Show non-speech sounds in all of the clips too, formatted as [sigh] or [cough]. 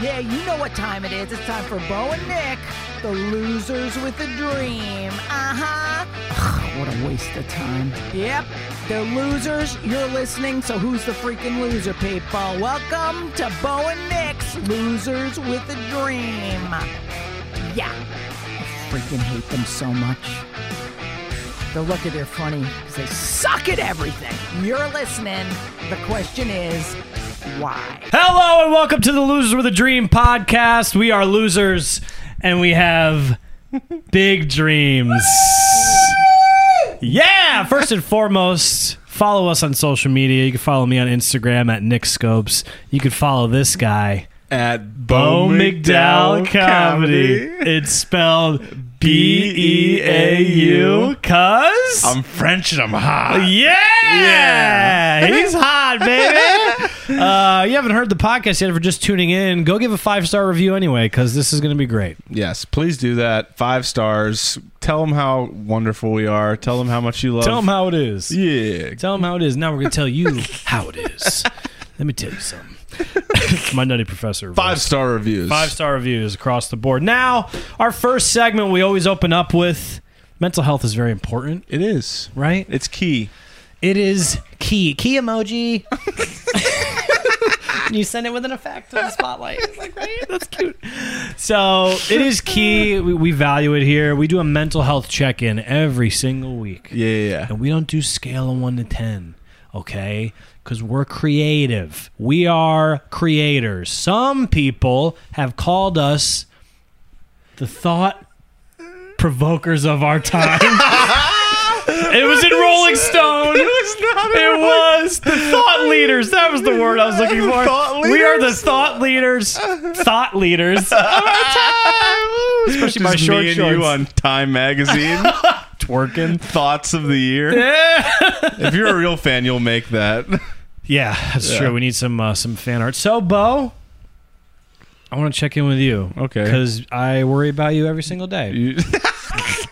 Yeah, you know what time it is. It's time for Bo and Nick, the losers with a dream. Uh huh. [sighs] What a waste of time. Yep, they're losers. You're listening, so who's the freaking loser, people? Welcome to Bo and Nick's Losers with a Dream. Yeah, I freaking hate them so much. They're lucky they're funny because they suck at everything. You're listening. The question is, why? Hello and welcome to the Losers with a Dream podcast. We are losers and we [laughs] have big dreams. yeah! First and foremost, follow us on social media. You can follow me on Instagram at Nick Scopes. You can follow this guy, at Bo McDowell Comedy. It's spelled B E A U, cuz. I'm French and I'm hot. Yeah! He's hot, baby. [laughs] uh, you haven't heard the podcast yet. If you're just tuning in, go give a five star review anyway, because this is going to be great. Yes, please do that. Five stars. Tell them how wonderful we are. Tell them how much you love. Tell them how it is. Yeah. Tell them how it is. Now we're going to tell [laughs] you how it is. Let me tell you something. [laughs] It's My nutty professor. Five star reviews. Five star reviews across the board. Now, our first segment we always open up with mental health is very important, It is. right? It's key. It is key. Key emoji. [laughs] you send it with an effect to the spotlight. It's like, right? That's cute. So it is key. We, we value it here. We do a mental health check in every single week. Yeah, yeah, [laughs] yeah. And we don't do scale of one to 10, okay? Because we're creative. We are creators. Some people have called us the thought provokers of our time. [laughs] it was in Rolling Stone. It was the thought leaders. That was the word I was [laughs] looking for. Thought We are the leaders? thought leaders. Thought [laughs] leaders. of our time. Especially my Just short me and shorts. you on Time [laughs] Magazine. twerking. Thoughts of the year. if you're a real fan, you'll make [laughs] that. Yeah, that's true. We need some uh, some fan art. So, Bo, I want to check in with you. Okay. Because I worry about you every single day. You-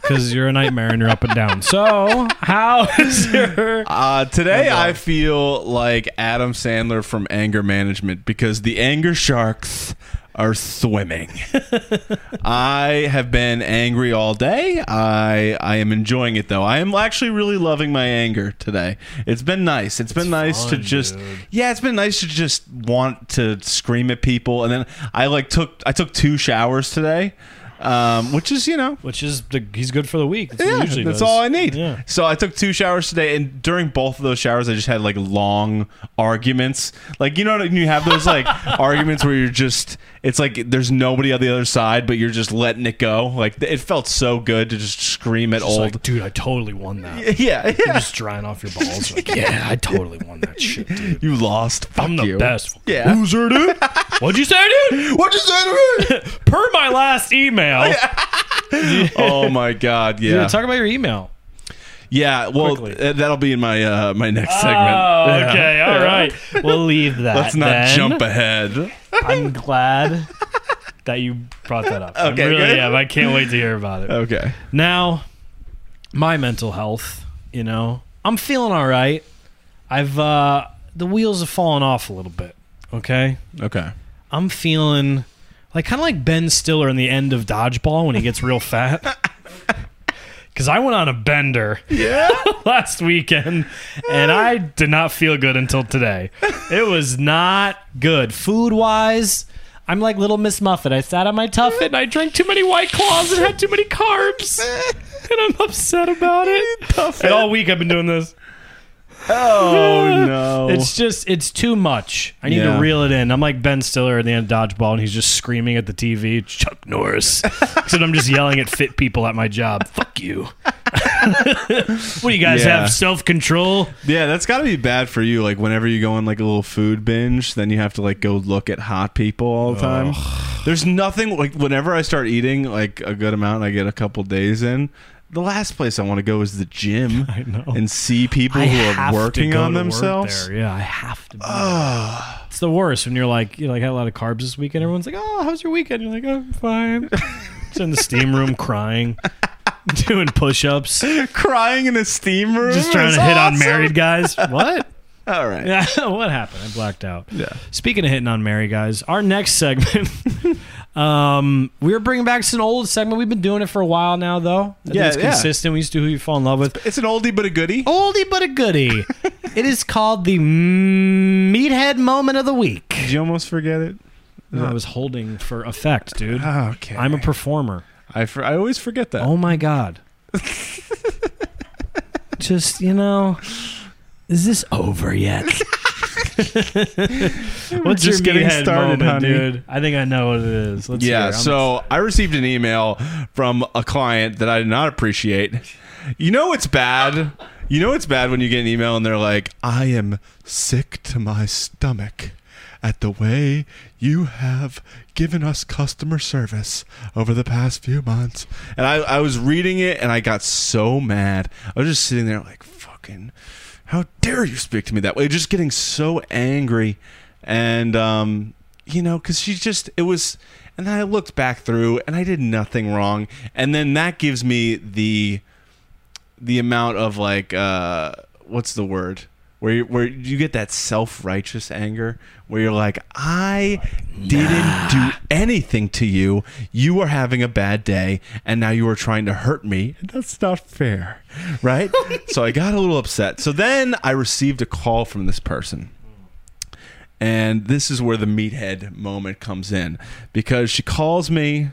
Because you're a nightmare and you're up and down. So, how is your? Uh, today I feel like Adam Sandler from Anger Management because the anger sharks [laughs] are swimming. I have been angry all day. I I am enjoying it though. I am actually really loving my anger today. It's been nice. it's been nice to fun, just dude. yeah, it's been nice to just want to scream at people and then I like took I took two showers today. Um, which is, you know, Which is the he's good for the week. That's what he yeah, usually that's does. all I need. Yeah. So I took two showers today, and during both of those showers, I just had like long arguments. Like you know, when you have [laughs] those like arguments where you're just it's like there's nobody on the other side, but you're just letting it go. Like it felt so good to just scream at It's old. like, dude, I totally won that. [laughs] yeah, You're yeah. just drying off your balls. Like, yeah, I totally won [laughs] that shit, dude. You lost. Fuck I'm the you. best. Yeah. Loser, [laughs] dude. What'd you say, dude? What you say to me? Per my last email. [laughs] oh my god! Yeah, Dude, talk about your email. yeah. Well, Quickly. th- that'll be in my uh, my next segment. Oh, Yeah. okay. All right. We'll leave that. Let's not then. jump ahead. I'm glad that you brought that up. Okay, I really good. Uh, am. I can't wait to hear about it. Okay. Now, my mental health, you know, I'm feeling all right. I've, uh, the wheels have fallen off a little bit. Okay. Okay. I'm feeling like kind of like Ben Stiller in the end of Dodgeball when he gets real fat. [laughs] Because I went on a bender Yeah. [laughs] last weekend and I did not feel good until today. It was not good. Food wise, I'm like little Miss Muffet. I sat on my tuffet and I drank too many white claws and had too many [laughs] carbs. And I'm upset about it. And all week I've been doing this. Oh no. It's just it's too much. I need Yeah. to reel it in. I'm like Ben Stiller at the end of Dodgeball and he's just screaming at the TV, Chuck Norris. [laughs] so I'm just yelling at fit people at my job. Fuck you. [laughs] what do you guys Yeah. have? Self control? Yeah, that's got to be bad for you. Like whenever you go on like a little food binge, then you have to like go look at hot people all the time. There's nothing like whenever I start eating like a good amount, and I get a couple days in. The last place I want to go is the gym [laughs] I know. and see people I who have are to working go on to work themselves. there. Yeah, I have to. Be there. It's the worst when you're like, you like had a lot of carbs this weekend. Everyone's like, "Oh, how's your weekend?" You're like, "I'm [laughs] fine." It's in the steam room crying, [laughs] doing push-ups, [laughs] Crying in a steam room, just trying is to hit on awesome. [laughs] married guys. What? All right. Yeah, [laughs] what happened? I blacked out. Yeah. Speaking of hitting on Mary, guys, our next segment, [laughs] um, we're bringing back some old segment. We've been doing it for a while now, though. I think Yeah, it's yeah. consistent. We used to do who you fall in love with. It's an oldie but a goodie. Oldie but a [laughs] goodie. it is called the meathead moment of the week. Did you almost forget it? No, Ah, I was holding for effect, dude. Okay. I'm a performer. I, for, I always forget that. Oh my [laughs] god. Just you know, is this over [laughs] yet? What's just your getting meathead started, moment, honey. dude? I think I know what it is. Let's hear yeah. it. I'm So I received an email from a client that I did not appreciate. You know it's bad. You know it's bad when you get an email and they're like, "I am sick to my stomach." At the way you have given us customer service over the past few months. And I, I was reading it and I got so mad. I was just sitting there like, fucking, how dare you speak to me that way? Just getting so angry. And, um, you know, because she just, it was, and then I looked back through and I did nothing wrong. And then that gives me the, the amount of like uh what's the word where you, where you get that self-righteous anger where you're like I didn't do anything to you you are having a bad day and now you are trying to hurt me and that's not fair right so I got a little upset so then I received a call from this person and this is where the meathead moment comes in because she calls me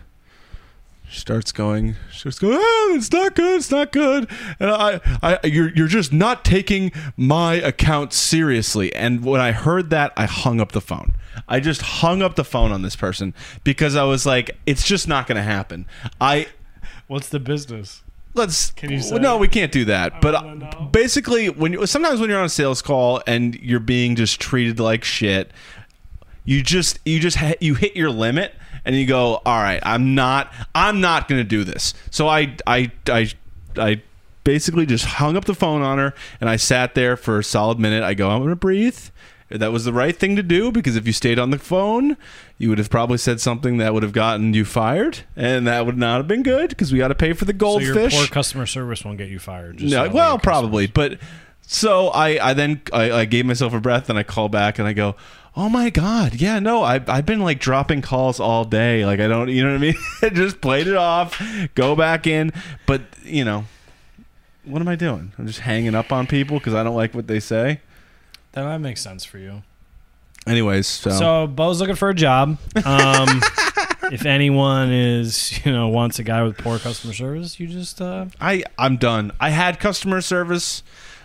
she starts going she starts going oh, it's not good it's not good and I, I you're, you're just not taking my account seriously and when i heard that i hung up the phone i just hung up the phone on this person because i was like it's just not gonna happen i Sorry. What's the business? let's Can you say well, no we can't do that but wanna know. basically when you sometimes when you're on a sales call and you're being just treated like shit you just you just ha- you hit your limit and you go all right i'm not i'm not gonna do this so i i i i basically just hung up the phone on her and i sat there for a solid minute i go i'm gonna breathe that was the right thing to do because if you stayed on the phone you would have probably said something that would have gotten you fired and that would not have been good because we got to pay for the So goldfish your poor customer service won't get you fired. Just no, so well, your customers- probably. But so I, I then I, I gave myself a breath and I call back and I go, oh my god, yeah, no, I, I've been like dropping calls all day. Like I don't, you know what I mean? [laughs] I just played it off, go back in, but you know, what am I doing? I'm just hanging up on people because I don't like what they say. That might make sense for you. Anyways, so, So Bo's looking for a job. Um, [laughs] if anyone is, you know, wants a guy with poor customer service, you just uh, I I'm done. I had customer service.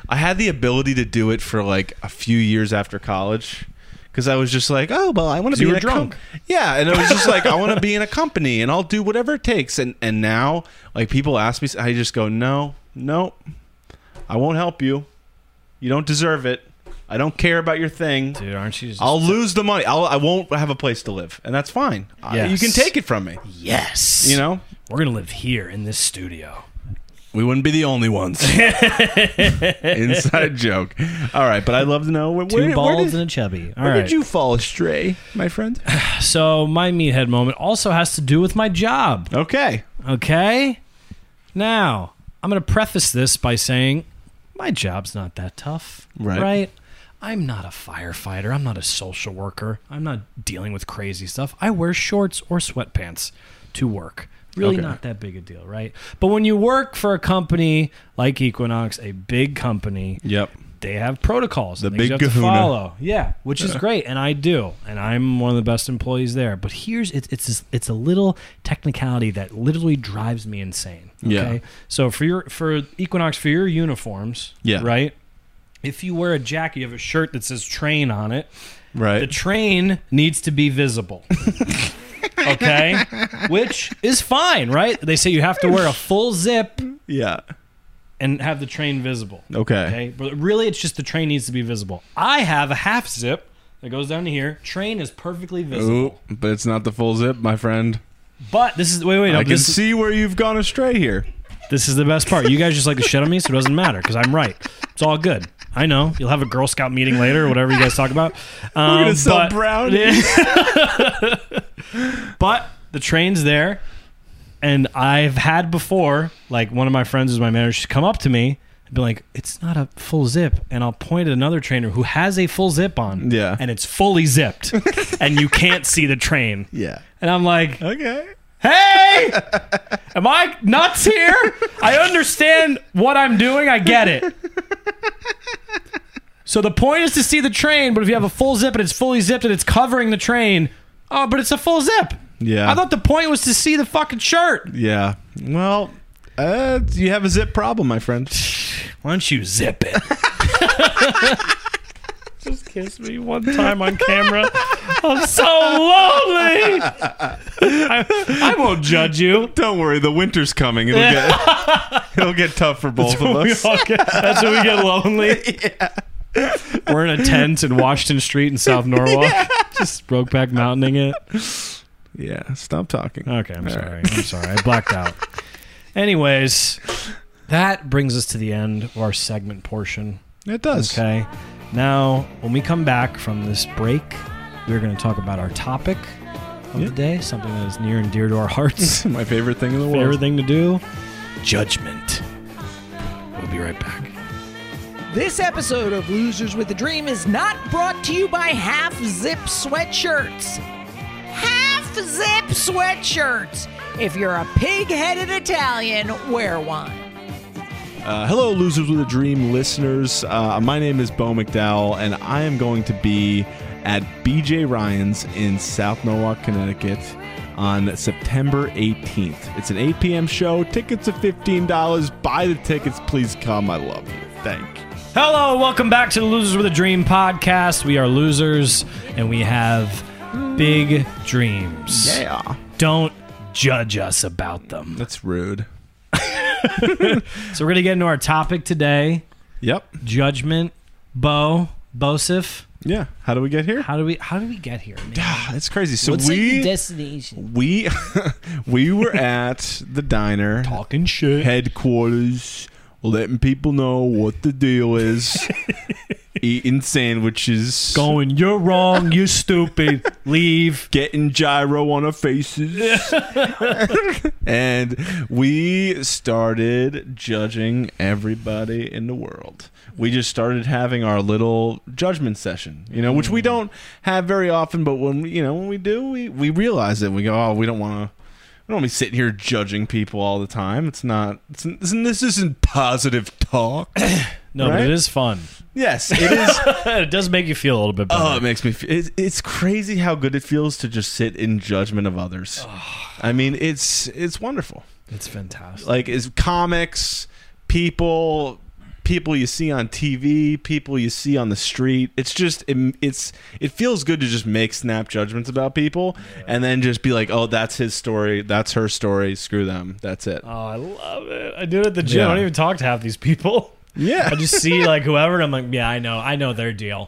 I had the ability to do it for like a few years after college because I was just like, oh well, I want 'Cause to be you in were a com-" drunk. yeah, and I was just like, I want to [laughs] be in a company and I'll do whatever it takes. And and now like people ask me, I just go, no, no, I won't help you. You don't deserve it. I don't care about your thing. dude, aren't you? Just I'll lose the money. I'll, I won't have a place to live, and that's fine. I- you Yes. can take it from me. yes. You know, we're gonna live here in this studio. We wouldn't be the only [laughs] ones. Inside joke. All right, but I'd love to know where, Two where, did- balls where did, and a chubby. All where right. did you fall astray, my friend? so my meathead moment also has to do with my job. Okay. Okay. Now I'm gonna preface this by saying my job's not that tough. Right. Right. I'm not a firefighter. I'm not a social worker. I'm not dealing with crazy stuff. I wear shorts or sweatpants to work. Really Okay. not that big a deal, right? But when you work for a company like Equinox, a big company, Yep. they have protocols. and The things big you have to kahuna. follow. Yeah, which is great, and I do, and I'm one of the best employees there. But here's it's it's this- it's a little technicality that literally drives me insane. Okay? Yeah. So for your for Equinox for your uniforms, Yeah. right. If you wear a jacket, you have a shirt that says train on it. The Right. train needs to be [laughs] visible. okay? Which is fine, right? They say you have to wear a full zip yeah. and have the train visible. Okay. Okay. But really, it's just the train needs to be visible. I have a half zip that goes down to here. Train is perfectly visible. Ooh, but it's not the full zip, my friend. But this is wait wait no. I but can This, see where you've gone astray here. this is the best part. You guys just like to shit on me, so it doesn't matter because I'm right. It's all good. I know you'll have a Girl Scout meeting later or whatever you guys talk [laughs] about. Um, gonna sell but- brownies. [laughs] but the train's there, and I've had before. Like one of my friends is my manager. She's come up to me. and be like, it's not a full zip. And I'll point at another trainer who has a full zip on. Yeah. And it's fully [laughs] zipped. and you can't see the train. Yeah. And I'm like, Okay. hey, am I nuts here? I understand what I'm doing. I get it. So the point is to see the train, but if you have a full zip and it's fully zipped and it's covering the train, oh, but it's a full zip. Yeah. I thought the point was to see the fucking shirt. Yeah. Well, uh, you have a zip problem, my [laughs] friend. Why don't you zip it? Just kiss me [laughs] one time on camera. I'm so lonely. I, I won't judge you. Don't worry, the winter's coming. It'll [laughs] get it'll get tough for both of [laughs] We us. [laughs] all get- that's when we get lonely. We're in a tent in Washington Street in [laughs] South Norwalk. Just broke back mountaining it. Yeah, stop talking. Okay, I'm All sorry. right. I'm sorry. I blacked out. Anyways, that brings us to the end of our segment portion. It does. Okay. Now, when we come back from this break, we're going to talk about our topic of the day, something that is near and dear to our [laughs] hearts. My favorite thing in the world. Everything to do judgment. We'll be right back. This episode of Losers with a Dream is not brought to you by Half Zip Sweatshirts. Half Zip Sweatshirts! If you're a pig headed Italian, wear one. Uh, hello, Losers with a Dream listeners. Uh, my name is Bo McDowell, and I am going to be at BJ Ryan's in South Norwalk, Connecticut on September 18th. It's an 8 p.m. show. Tickets are $15. Buy the tickets. Please come. I love you. Thank you. Hello, welcome back to the Losers with a Dream podcast. We are losers and we have big dreams. Yeah. Don't judge us about them. That's rude. So, we're going to get into our topic today Yep. judgment. Bo, Bosif, Yeah. How do we get [sighs] here? how do we how do we get here? man? It's crazy. So What's like we the destination? [laughs] we [laughs] we were at the diner Talking shit. headquarters, letting people know what the deal is, eating sandwiches, going, you're wrong, you stupid, leave. getting gyro on our faces. [laughs] and we started judging everybody in the world. We just started having our little judgment session, you know, which we don't have very often, but when we, you know, when we do, we we realize it. We go, "Oh, we don't want to I don't want to be sitting here judging people all the time. It's not. It's, this isn't positive talk. No, but Right? it is fun. [laughs] yes, it is it does make you feel a little bit better. Oh, it makes me. Feel, it's, it's crazy how good it feels to just sit in judgment of others. I mean, it's it's wonderful. it's fantastic. Like, is comics, people, people you see on TV, people you see on the street. It's just it, it's it feels good to just make snap judgments about people and then just be like, oh, that's his story, that's her story. Screw them. That's it. Oh, I love it. I do it at the gym. I don't Yeah. even talk to half these people. yeah. [laughs] I just see like whoever, and I'm like, yeah, I know, I know their deal.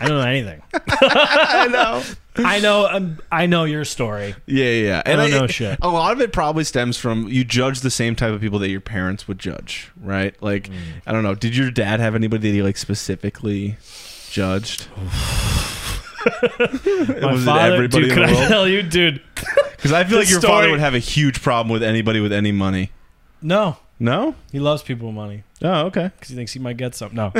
I don't know anything. I know. I know, um, I know your story. [laughs] Yeah, yeah, yeah. And I [laughs] don't know shit. A lot of it probably stems from you judge the same type of people that your parents would judge, right? Mm. Like, I don't know. Did your dad have anybody that he like specifically [sighs] judged? [laughs] was it everybody dude, in could I [laughs] the world? tell you, dude? Because I feel the like your story- father would have a huge problem with anybody with any money. No, No. he loves people with money Oh, okay. because he thinks he might get some. [laughs] No,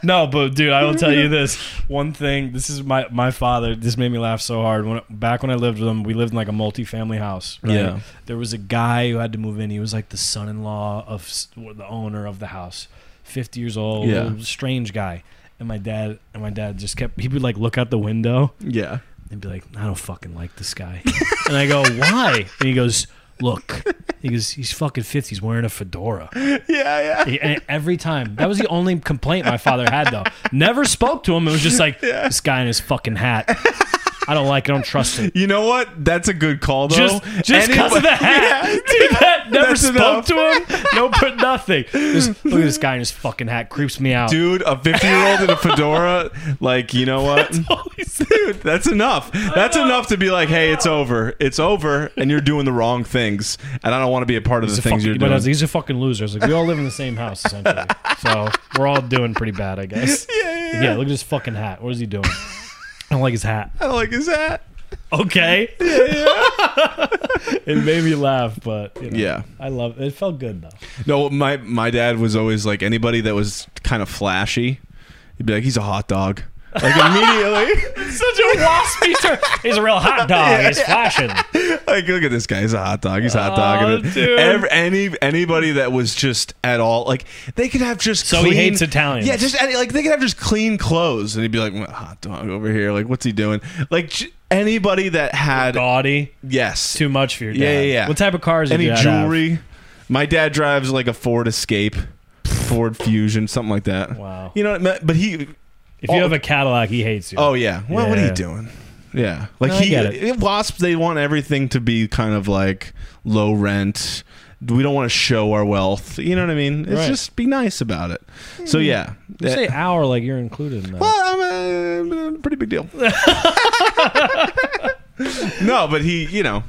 [laughs] no, but dude, I will tell you this one thing. This is my my father. This made me laugh so hard. When back when I lived with him, we lived in like a multi-family house. Right? Yeah. there was a guy who had to move in. He was like the son-in-law of s- or the owner of the house, fifty years old, Yeah. strange guy. And my dad and my dad just kept. He would like look out the window [laughs] Yeah. and be like, "I don't fucking like this guy." and I go, "Why?" And he goes, "Look." He goes, "He's fucking 50s He's wearing a fedora." Yeah, yeah. He- and every time. That was the only complaint my father had though. Never spoke to him. It was just like this guy in his fucking hat. I don't like. it. I don't trust him. You know what? That's a good call, though. Just, just because of the Anybody- hat, [laughs] Yeah. dude. That never That's spoke enough. to him. No, put nothing. Just look at this guy in his fucking hat. Creeps me out. Dude, a 50 year old in a fedora, like, you [laughs] know what? Dude, that's enough. That's enough to be like, hey, it's over. It's over, and you're doing the wrong things. And I don't want to be a part of the He's a things fucking- you're but I doing. was like, He's a fucking loser. I was like, we all live in the same house essentially, so we're all doing pretty bad, I guess. yeah, yeah, [laughs] Yeah, look at his fucking hat. What is he doing? I don't like his hat. I like his hat. [laughs] okay. [laughs] it made me laugh, but you know, Yeah. I love it. Felt good though. No, my my dad was always like anybody that was kind of flashy. He'd be like, "He's a hot dog." [laughs] Like immediately, Such a waspy term. He's a real [laughs] hot dog. He's flashing. [laughs] like look at this guy. He's a hot dog. He's a hot dog. Oh, And then dude. ev- any anybody that was just at all like they could have just So he clean, hates Italians. Yeah, just any, like they could have just clean clothes, and he'd be like, "What "Hot dog over here. Like, what's he doing?" Like j- anybody that had Gaudy. yes, Too much for your dad. Yeah, yeah, yeah. What type of cars? did any your dad have? jewelry. My dad drives like a Ford Escape, Ford Fusion, something like that. Wow. You know, what- but he If you Oh. have a Cadillac, he hates you. Oh yeah. Well, what are you Yeah. doing? Yeah, like No, I he get it. it- wasps. They want everything to be kind of like low rent. We don't want to show our wealth. You know what I mean? It's Right. just be nice about it. So yeah. You Yeah. say hour like you're included in that. well, I'm a, pretty big [laughs] deal. no, but he, you know,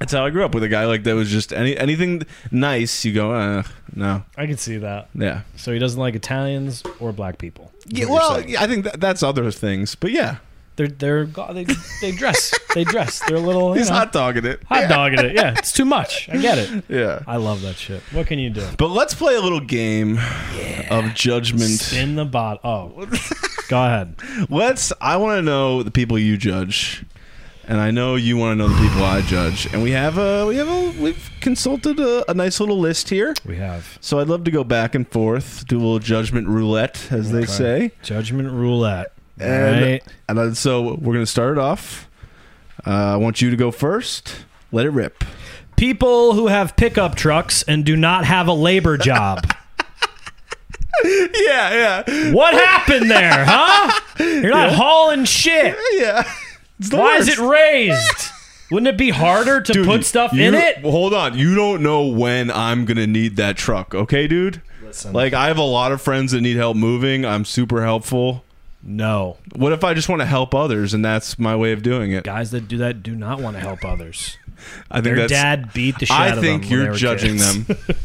that's how I grew up with a guy like that was just any anything nice. You go, uh, no, I can see that. yeah. So he doesn't like Italians or black people. is what yeah you're well, saying. yeah, I think that, that's other things, but yeah, they're they're go- they they dress they dress. They're little. You he's know, hot dogging it. hot dogging it. Yeah, it's too much. I get [laughs] it. Yeah. I love that shit. What can you do? But let's play a little game of judgment. Spin the bot. [laughs] Oh, go ahead. Let's. I want to know the people you judge, and I know you want to know the people I judge. And we have a we have a we've consulted a, a nice little list here. We have So I'd love to go back and forth, do a little judgment roulette, as they say. judgment roulette. And Right. and uh, so we're gonna start it off. Uh, I want you to go first. Let it rip. People who have pickup trucks and do not have a [laughs] labor job. Yeah, yeah, what happened there, huh? You're not hauling shit. [laughs] yeah. It's the Why is worst. it raised? Wouldn't it be harder to Dude, put stuff you- in it? Hold on, you don't know when I'm gonna need that truck, okay, dude? Listen. Like I have a lot of friends that need help moving. I'm super helpful. No. What if I just want to help others and that's my way of doing it? Guys that do that do not want to help others. I think Their that's. dad beat the shit out I of them. think when they you're were judging kids. [laughs] them.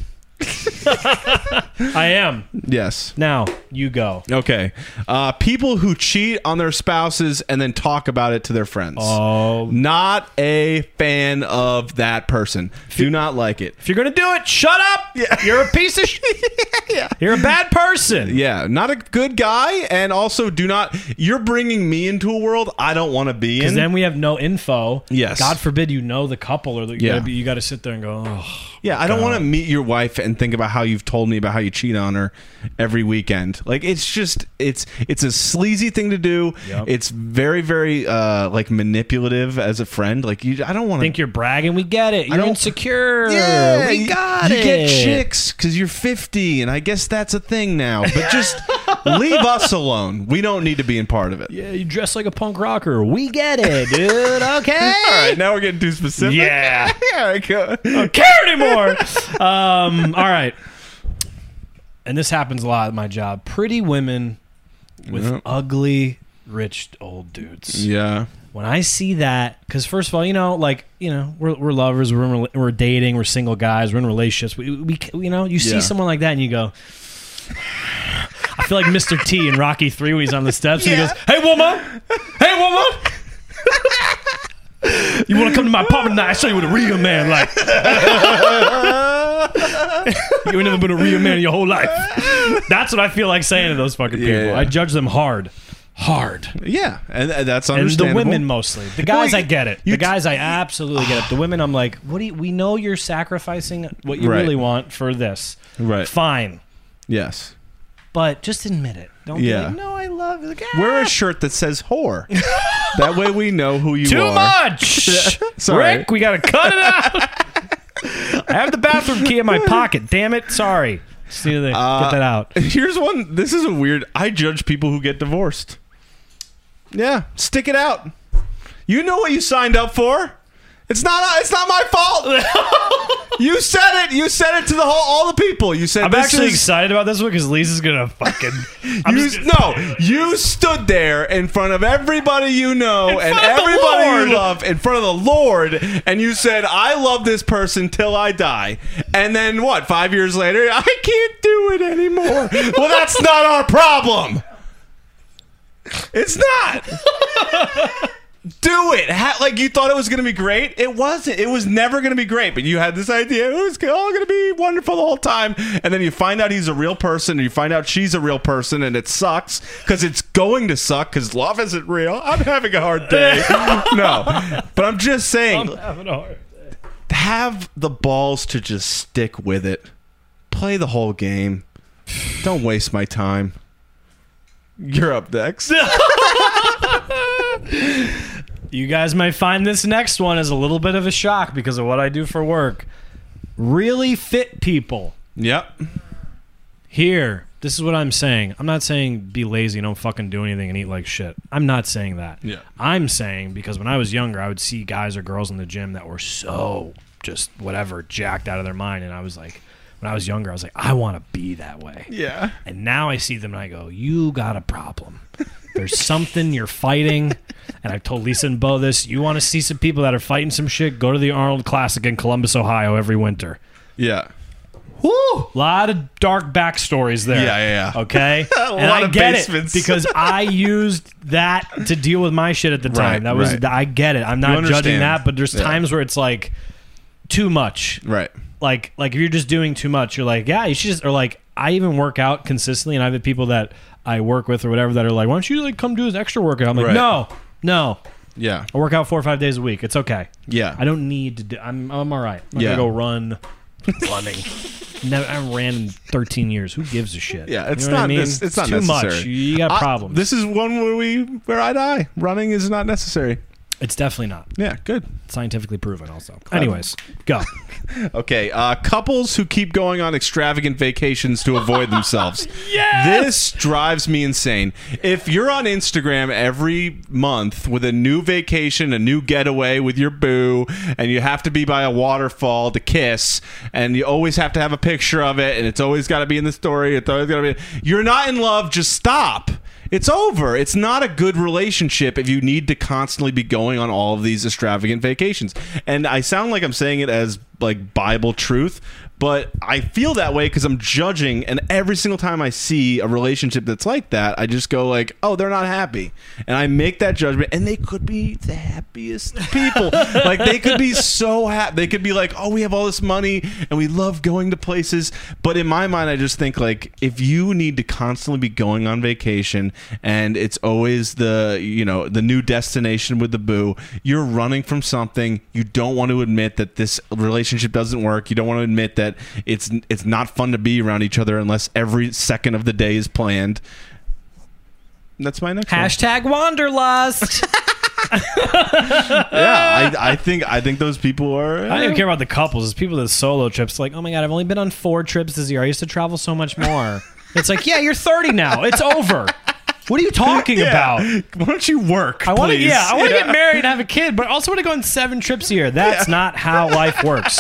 I am. yes. Now, you go. Okay. Uh, people who cheat on their spouses and then talk about it to their friends. Oh. Not a fan of that person. Do not like it. If you're going to do it, shut up. You're a piece of shit. You're a bad person. Yeah, not a good guy, and also do not. You're bringing me into a world I don't want to be in. Because then we have no info. Yes. God forbid you know the couple or that you Yeah. gotta be- you got to sit there and go, oh. yeah, I don't want to meet your wife and think about how you've told me about how you cheat on her every weekend. Like it's just it's it's a sleazy thing to do. Yep. It's very very uh like manipulative as a friend. Like you, I don't want think you're bragging. We get it. You're don't- insecure. Yeah, we you- got you, it. get chicks because you're 50, and I guess that's a thing now. But [laughs] just leave us alone. We don't need to be in part of it. Yeah, you dress like a punk rocker. We get it, [laughs] dude. Okay. All right, now we're getting too specific. [laughs] Yeah. All right, go. care anymore. um, all right. And this happens a lot at my job. Pretty women with Yeah. ugly, rich old dudes. Yeah. When I see that, because first of all, you know, like you know, we're, we're lovers, we're in rela- we're dating, we're single guys, we're in relationships. We, we, ca- you know, you see Yeah. someone like that and you go. [sighs] I feel like Mr. T in Rocky Three when he's on the steps and he goes, "Hey woman, hey woman, you want to come to my apartment tonight? I show you what a real man like." [laughs] You ain't never been a real man in your whole life. That's what I feel like saying to those fucking people. Yeah, yeah. I judge them hard. Hard. Yeah, and and that's And the understandable. women mostly. The guys Well, I get it. you- The guys I absolutely get it. The women I'm like, what do you, we know you're sacrificing what you Right. really want for this. Right. Fine. Yes. But just admit it. Don't Yeah. be like, no, I love it. Like, ah, Wear a shirt that says [laughs] whore. that way we know who you too are. much. Sorry. Rick, we gotta cut it out. [laughs] I have the bathroom key in my pocket. Damn it. Sorry. See you there. Uh, get that out. [laughs] Here's one. This is a weird. I judge people who get divorced. Yeah, stick it out. You know what you signed up for. It's not. uh, It's not my fault. [laughs] you said it. You said it to the whole all the people. You said I'm this actually is. excited about this one because Lisa's gonna fucking. I'm [laughs] You, just gonna- no, you stood there in front of everybody you know front and of the Lord. everybody you love, in front of the Lord, and you said, "I love this person till I die." And then what? Five years later, [laughs] I can't do it anymore. well, that's not our problem. It's not. do it. Ha- like you thought it was going to be great. It wasn't. It was never going to be great. But you had this idea. It was all going to be wonderful the whole time. And then you find out he's a real person, and you find out she's a real person, and it sucks because it's going to suck because love isn't real. I'm having a hard day. no, but I'm just saying, having a hard day. have the balls to just stick with it. Play the whole game. Don't waste my time. You're up next. You guys might find this next one as a little bit of a shock because of what I do for work. Really fit people. yep. Here, this is what I'm saying. I'm not saying be lazy, and don't fucking do anything and eat like shit. I'm not saying that. Yeah. I'm saying because when I was younger, I would see guys or girls in the gym that were so just whatever, jacked out of their mind. And I was like, when I was younger, I was like, I want to be that way. Yeah. And now I see them and I go, you got a problem. There's something you're fighting. And I've told Lisa and Bo this. You want to see some people that are fighting some shit? Go to the Arnold Classic in Columbus, Ohio every winter. Yeah. Woo! Lot of dark backstories there. Yeah, yeah, yeah. Okay, [laughs] A and lot I of get basements. it because I used that to deal with my shit at the time. Right, that was right. I get it. I'm not judging understand. that, but there's Yeah. times where it's like too much. Right. Like like if you're just doing too much, you're like, yeah, you should just or like I even work out consistently, and I've had people that I work with or whatever that are like, why don't you like come do this extra workout? I'm like, Right. no, no, Yeah. I work out four or five days a week. It's okay. Yeah. I don't need to do. I'm I'm all right. I'm Yeah. gonna go run, [laughs] running. Never, I haven't ran in 13 years. Who gives a shit? Yeah, it's You know what not I mean? this- it's not too much. necessary. You, you got I- problems. this is one where we where I die. Running is not necessary. it's definitely not Yeah, good. scientifically proven. Also, anyways, [laughs] go. Okay, uh, couples who keep going on extravagant vacations [laughs] to avoid themselves. Yes! This drives me insane. If you're on Instagram every month with a new vacation, a new getaway with your boo, and you have to be by a waterfall to kiss, and you always have to have a picture of it, and it's always got to be in the story, it's always got to be. You're not in love, just stop. It's over. It's not a good relationship if you need to constantly be going on all of these extravagant vacations. And I sound like I'm saying it as like Bible truth, but I feel that way because I'm judging. And every single time I see a relationship that's like that, I just go like, "Oh, they're not happy," and I make that judgment. And they could be the happiest people. like they could be so happy. They could be like, "Oh, we have all this money and we love going to places." But in my mind, I just think like, if you need to constantly be going on vacation and it's always the you know the new destination with the boo, you're running from something. You don't want to admit that this relationship doesn't work. You don't want to admit that it's it's not fun to be around each other unless every second of the day is planned. That's my next one. Hashtag wanderlust. Yeah, I, I think I think those people are. I don't even care about the couples. It's people that solo trips. Like, oh my god, I've only been on four trips this year. I used to travel so much [laughs] more. It's like, yeah, you're 30 now. It's over. What are you talking Yeah. about? Why don't you work? I want to, please? yeah, I want to get married and have a kid, but I also want to go on seven trips a year. That's not how life works.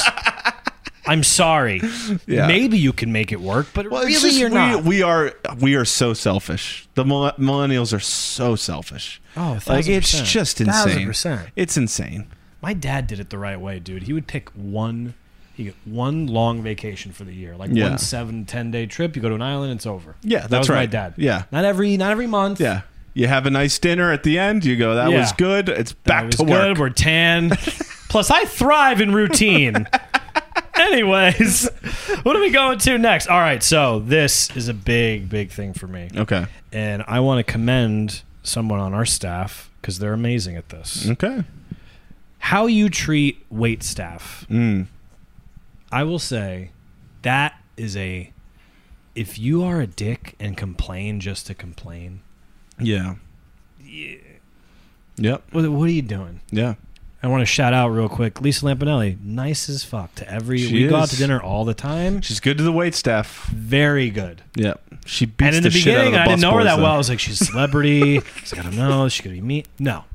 I'm sorry. Yeah. Maybe you can make it work, but Well, it's really, just you're we, not. we are we are so selfish. The mil- millennials are so selfish. Oh, a like thousand it's percent. just insane. Thousand percent. It's insane. My dad did it the right way, dude. He would pick one, he get one long vacation for the year, like Yeah. one seven ten day trip. You go to an island, it's over. Yeah, that that's was my right. dad. Yeah. not every, not every month. Yeah. You have a nice dinner at the end. You go, that Yeah. was good. It's That back was to work. good. We're [laughs] tan. Plus, I thrive in routine. Anyways, what are we going to next? All right, so this is a big, big thing for me. Okay. and I want to commend someone on our staff because they're amazing at this. Okay. How you treat wait staff, Mm. I will say that is a if you are a dick and complain just to complain, Yeah. Yep. what, what are you doing? Yeah. I want to shout out real quick Lisa Lampanelli, nice as fuck to every. She we go out is. to dinner all the time. She's good to the wait staff. Very good. Yeah. She beats And in the, the, shit out of beginning, the I didn't know her busboys, that though. well. I was like, she's a [laughs] celebrity. She's got to know. She could be me. No,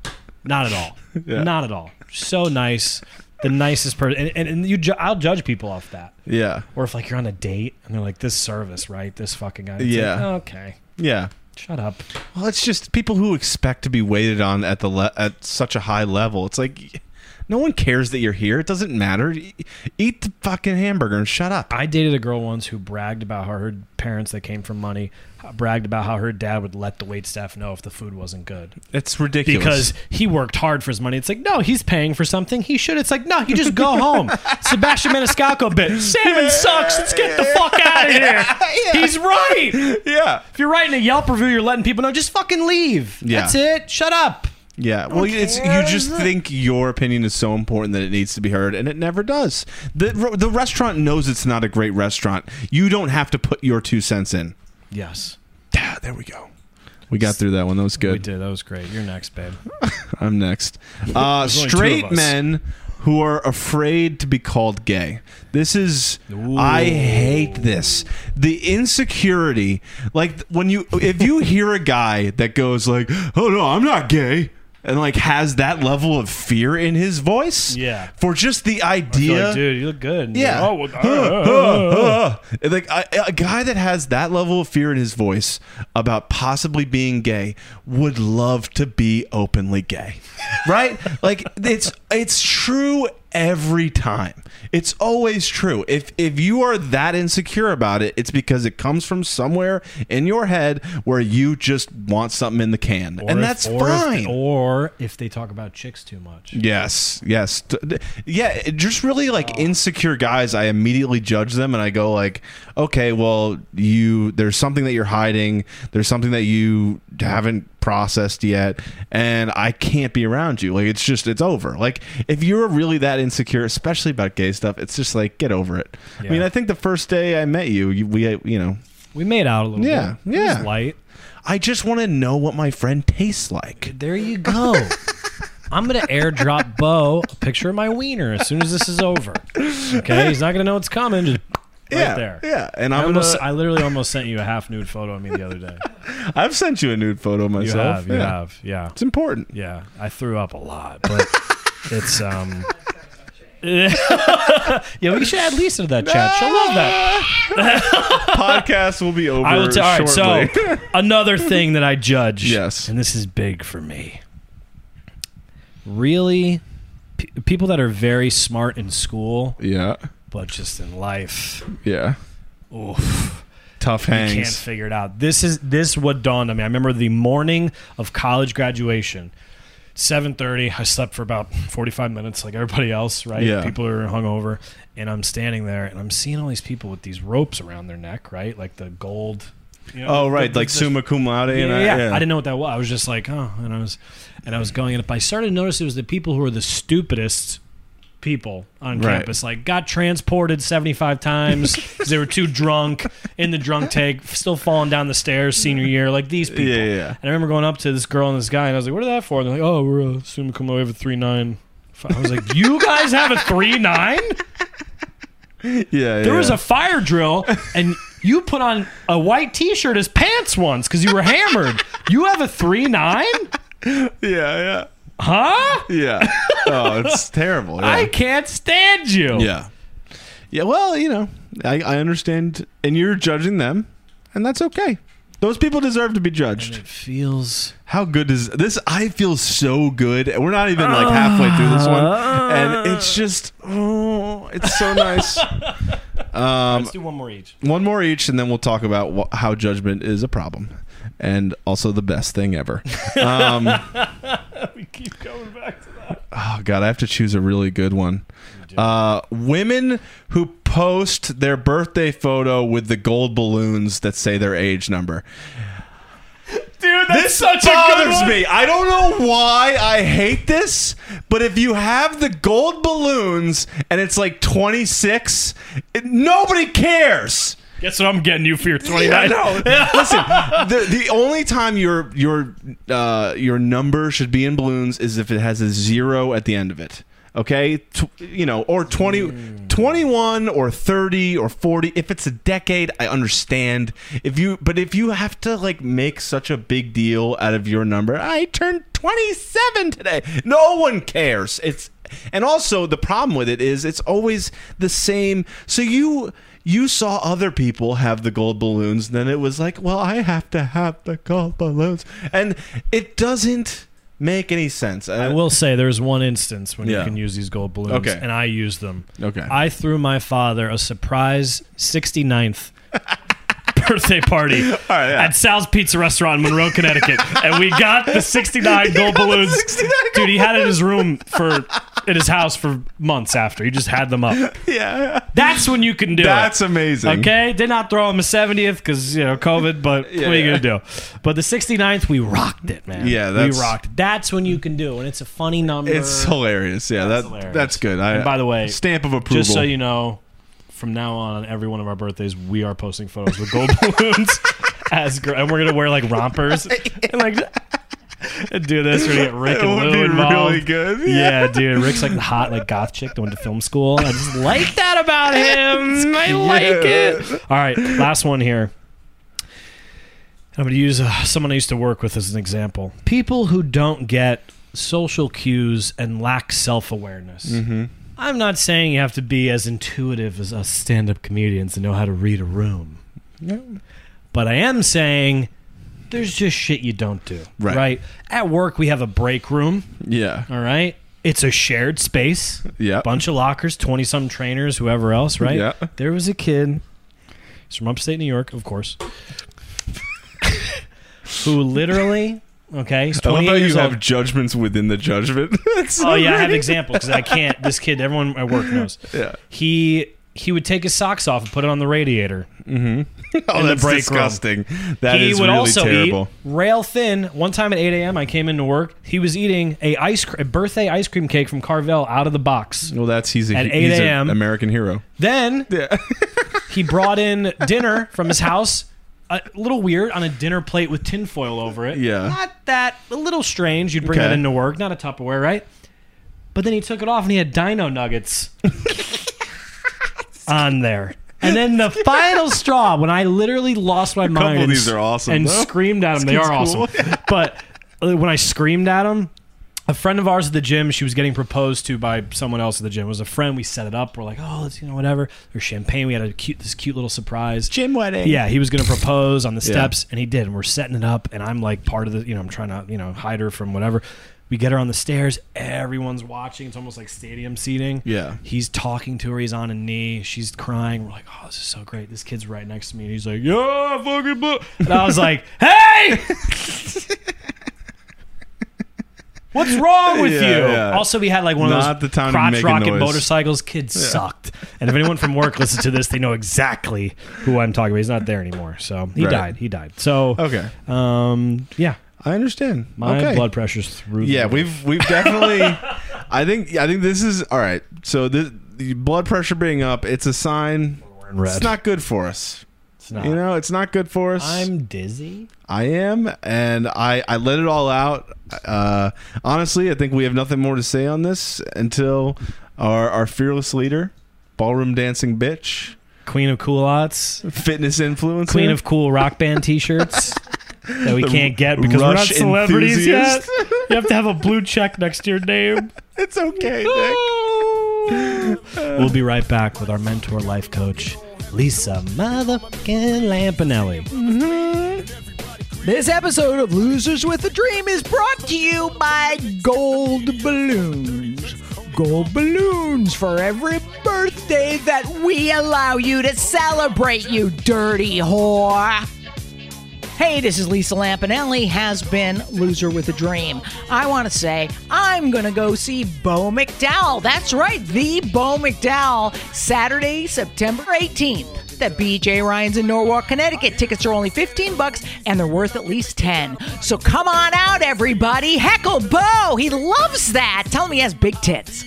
not at all. Yeah. Not at all. So nice. The nicest person. And, and, and you ju- I'll judge people off that. Yeah. Or if like you're on a date and they're like, this service, right? This fucking guy. It's like, Yeah. okay. Yeah. Shut up. Well, it's just people who expect to be waited on at the le- at such a high level. It's like No one cares that you're here. It doesn't matter. E- Eat the fucking hamburger and shut up. I dated a girl once who bragged about how her parents that came from money uh, bragged about how her dad would let the wait staff know if the food wasn't good It's ridiculous. because he worked hard for his money. It's like, no, he's paying for something. He should. It's like, no, you just go [laughs] home. Sebastian Maniscalco bit. Salmon sucks. Let's get the fuck out of [laughs] here. He's right. yeah, If you're writing a Yelp review, you're letting people know, just fucking leave. Yeah. That's it. Shut up. yeah. Well, it's you just think your opinion is so important that it needs to be heard, and it never does. the The restaurant knows it's not a great restaurant. You don't have to put your two cents in. Yes. Ah, there we go. We got through that one. That was We good. did. That was great. You're next, babe. I'm next. Uh, There's only two of straight us. men who are afraid to be called gay. This is I hate this. The insecurity, like when you if you hear a guy that goes like, "Oh no, I'm not gay." And like has that level of fear in his voice, Yeah. For just the You're idea, like, dude, you look good. And yeah. you're [laughs] like, Huh, oh, well, uh, uh, uh, uh." huh, huh. And, Like I- a, guy that has that level of fear in his voice about possibly being gay would love to be openly gay. Right? like it's it's true every time. It's always true. If if you are that insecure about it, it's because it comes from somewhere in your head where you just want something in the can. Or if- and that's uh, or if- fine. or if they talk about chicks too much. Yes, yes, T- d- yeah. it- Just really like Oh. insecure guys, I immediately judge them, and I go like, okay, well, you there's something that you're hiding, there's something that you haven't processed yet, and I can't be around you. Like it's just it's over. Like if you're really that insecure, especially about gay stuff, it's just like get over it. I mean, Yeah. I think the first day I met you, you we you know, We made out a little Yeah, bit. It was yeah. light. I just want to know what my friend tastes like. There you [laughs] go. I'm gonna airdrop Bo a picture of my wiener as soon as this is over. Okay, he's not gonna know it's coming. Just right yeah, there. yeah. And I, I'm almost, gonna, I literally almost sent you a half nude photo of me the other [laughs] day. I've sent you a nude photo You myself. have, you yeah. have, yeah, It's important. yeah. I threw up a lot, but it's um. [laughs] yeah, we should add Lisa to that chat. She'll love that. podcast will be over. I will tell. All right, so [laughs] shortly. [laughs] another thing that I judge. Yes. and this is big for me. Really, p- people that are very smart in school, yeah, but just in life, yeah. oof, Tough can't hangs. figure it out. This is this what dawned on me. I remember the morning of college graduation. 7:30 I slept for about 45 minutes like everybody else right Yeah. people are hungover and I'm standing there and I'm seeing all these people with these ropes around their neck right like the gold you know, Oh right, the- like the- summa cum laude. and yeah, I, yeah. I didn't know what that was. I was just like, oh, and I was, and I was going. And if I started to notice, it was the people who were the stupidest people on Right. campus. Like, got transported seventy-five times because they were too drunk in the drunk tank, still falling down the stairs senior year. Like these people. Yeah, yeah, yeah. And I remember going up to this girl and this guy, and I was like, "What are that for?" And they're like, "Oh, we're uh, soon to come away with a three nine. I was like, "You guys have a three nine? yeah, yeah. There was a fire drill, and you put on a white T-shirt as pants once because you were hammered. You have a three nine, [laughs] yeah, huh? yeah, yeah. Oh, [laughs] it's terrible. Yeah. I can't stand you. yeah, yeah. Well, you know, I, I understand, and you're judging them, and that's okay. Those people deserve to be judged. It feels How good is this? I feel so good. We're not even like halfway through this one, and Uh. it's just oh, it's [laughs] so nice. Um, Let's do one more each. One more each, and then we'll talk about wh- how judgment is a problem, and also the best [laughs] thing ever. We keep going back to that. oh God, I have to choose a really good one. Uh, women who post their birthday photo with the gold balloons that say their age number. Dude, that's This such a good bothers one. me. I don't know why I hate this, but if you have the gold balloons and it's like 26, it, nobody cares. Guess what I'm getting you for your twenty Yeah, I nine. know. [laughs] Listen, the, the only time your your uh, your number should be in balloons is if it has a zero at the end of it. Okay, Tw- you know, or 20, 21 or thirty or forty. If it's a decade, I understand. If you, but if you have to like make such a big deal out of your number, I turned twenty seven today. No one cares. It's and also the problem with it is it's always the same. So you you saw other people have the gold balloons, then it was like, well, I have to have the gold balloons, and it doesn't make any sense. Uh, I will say there's one instance when you Yeah. can use these gold balloons, Okay. and I used them. Okay. I threw my father a surprise 69th [laughs] birthday party yeah. at Sal's Pizza Restaurant in Monroe, Connecticut, and we got the [laughs] 69 gold balloons. Dude, he had it in his room for in his house for months after. He just had them up. [laughs] yeah. That's when you can do That's it. amazing. Okay, did not throw him a 70th because you know COVID, but Yeah, what are you yeah. gonna do? But the 69th, we rocked it, man. Yeah, that's- we rocked. it. That's when you can do, it, and it's a funny number. It's hilarious. Yeah, that's That's hilarious. that's good. I, And by the way, stamp of approval. just so you know, from now on, on every one of our birthdays, we are posting photos with gold [laughs] balloons as gr- and we're gonna wear like [laughs] rompers and like [laughs] and do this. We're gonna get Rick [laughs] it and would Lou be involved. really good. Yeah, dude. Rick's like the hot like goth chick that went to film school. I just like that [laughs] about him. I like it. All right, last one here. I'm going to use uh, someone I used to work with as an example. People who don't get social cues and lack self awareness. Mm-hmm. I'm not saying you have to be as intuitive as us stand up comedians and know how to read a room. But I am saying there's just shit you don't do. Right. right? At work, we have a break room. Yeah. All right. It's a shared space. Yeah. Bunch of lockers, 20 some trainers, whoever else, right? Yeah. There was a kid. He's from upstate New York, of [laughs] course. who literally, okay, he's I love 28 how years you old. [laughs] have judgments within the judgment. [laughs] It's so oh, yeah, I have great. examples because I can't. This kid, everyone at work knows. Yeah. He he would take his socks off and put it on the radiator. [laughs] Oh, in the that's break room. disgusting. That he is would really also terrible. eat rail thin. One time at 8 a.m., I came into work. He was eating a ice cr- a birthday ice cream cake from Carvel out of the box. Well, that's he's a, At 8 he's an a.m.. American hero. Then Yeah. [laughs] he brought in dinner from his house, a little weird, on a dinner plate with tinfoil over it. Yeah. Not that, a little strange. You'd bring Okay. that into work, not a Tupperware, right? But then he took it off and he had dino [laughs] nuggets on there. And then the final straw, when I literally lost my mind. couple of and these s- are awesome, And though. screamed at him. They kid's are cool. awesome. but uh, when I screamed at him, a friend of ours at the gym, she was getting proposed to by someone else at the gym. It was a friend. We set it up. We're like, oh, let's, you know, whatever. There's champagne. We had a cute, this cute little surprise. Jim wedding. Yeah, he was going to propose on the steps, and he did. And we're setting it up, and I'm like part of the, you know, I'm trying to, you know, hide her from whatever. We get her on the stairs. Everyone's watching. It's almost like stadium seating. Yeah. He's talking to her. He's on a knee. She's crying. We're like, oh, this is so great. This kid's right next to me. And he's like, yeah, fucking bu-" And I was like, [laughs] hey! What's wrong with Yeah, you? yeah. Also, we had like one Not of those the time to crotch make a rocket noise. motorcycles. Kids sucked. And if anyone from work listens to this, they know exactly who I'm talking about. He's not there anymore. So he Right. died. He died. So Okay. um, yeah, I understand. my okay. blood pressure's through. the Yeah, roof. we've we've definitely. [laughs] I think I think this is all right. So this the blood pressure being up, it's a sign. we're in red. It's not good for us. It's not. You know, it's not good for us. I'm dizzy. I am, and I I let it all out. Uh, honestly, I think we have nothing more to say on this until our our fearless leader, ballroom dancing bitch, Queen of culottes. fitness influencer, Queen of cool rock band [laughs] T-shirts that we The can't get because we're not Rush celebrities enthusiast. yet. [laughs] You have to have a blue check next to your name. It's okay, Nick. We'll be right back with our mentor life coach, Lisa Motherfucking Lampanelli. This episode of Losers with a Dream is brought to you by Gold Balloons. Gold balloons for every birthday that we allow you to celebrate, you dirty whore. Hey, this is Lisa Lampanelli, has been Loser with a Dream. I want to say I'm going to go see Bo McDowell. That's right, the Bo McDowell, Saturday, September 18th. The BJ Ryan's in Norwalk, Connecticut. Tickets are only 15 bucks and they're worth at least 10. So come on out, everybody. Heckle Bo. He loves that. Tell him he has big tits.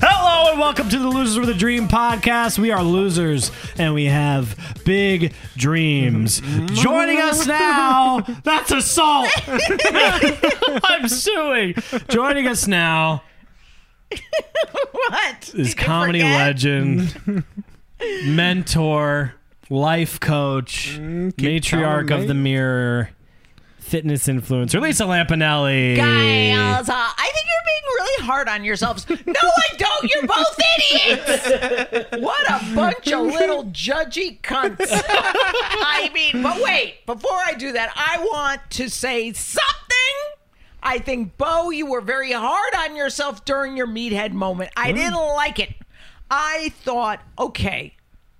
Hello and welcome to the Losers with a Dream podcast. We are losers and we have big dreams. Joining [laughs] us now, that's assault. [laughs] I'm suing. Joining us now What? is comedy [laughs] legend, mentor, life coach, Mm, matriarch telling of me. the mirror, fitness influencer, Lisa Lampanelli. Guys, uh, I think you're being really hard on yourselves. no, I don't. You're both idiots. what a bunch of little judgy cunts. [laughs] I mean, but wait, before I do that, I want to say something. I think, Bo, you were very hard on yourself during your meathead moment. I didn't like it. I thought, okay,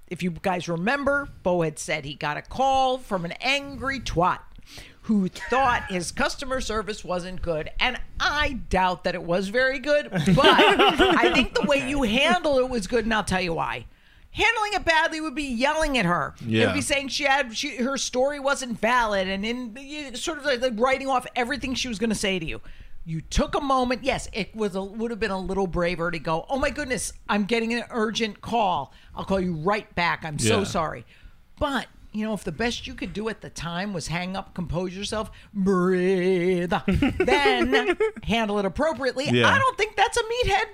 if you guys remember, Bo had said he got a call from an angry twat who thought his customer service wasn't good. And I doubt that it was very good, but I think the way you handled it was good, and I'll tell you why. Handling it badly would be yelling at her. It Yeah. would be saying she had she, her story wasn't valid, and in you- sort of like, like writing off everything she was going to say to you. You took a moment. Yes, it was a, would have been a little braver to go. Oh my goodness, I'm getting an urgent call. I'll call you right back. I'm so Yeah. sorry. But you know, if the best you could do at the time was hang up, compose yourself, [laughs] breathe, then handle it appropriately. Yeah. I don't think that's a meathead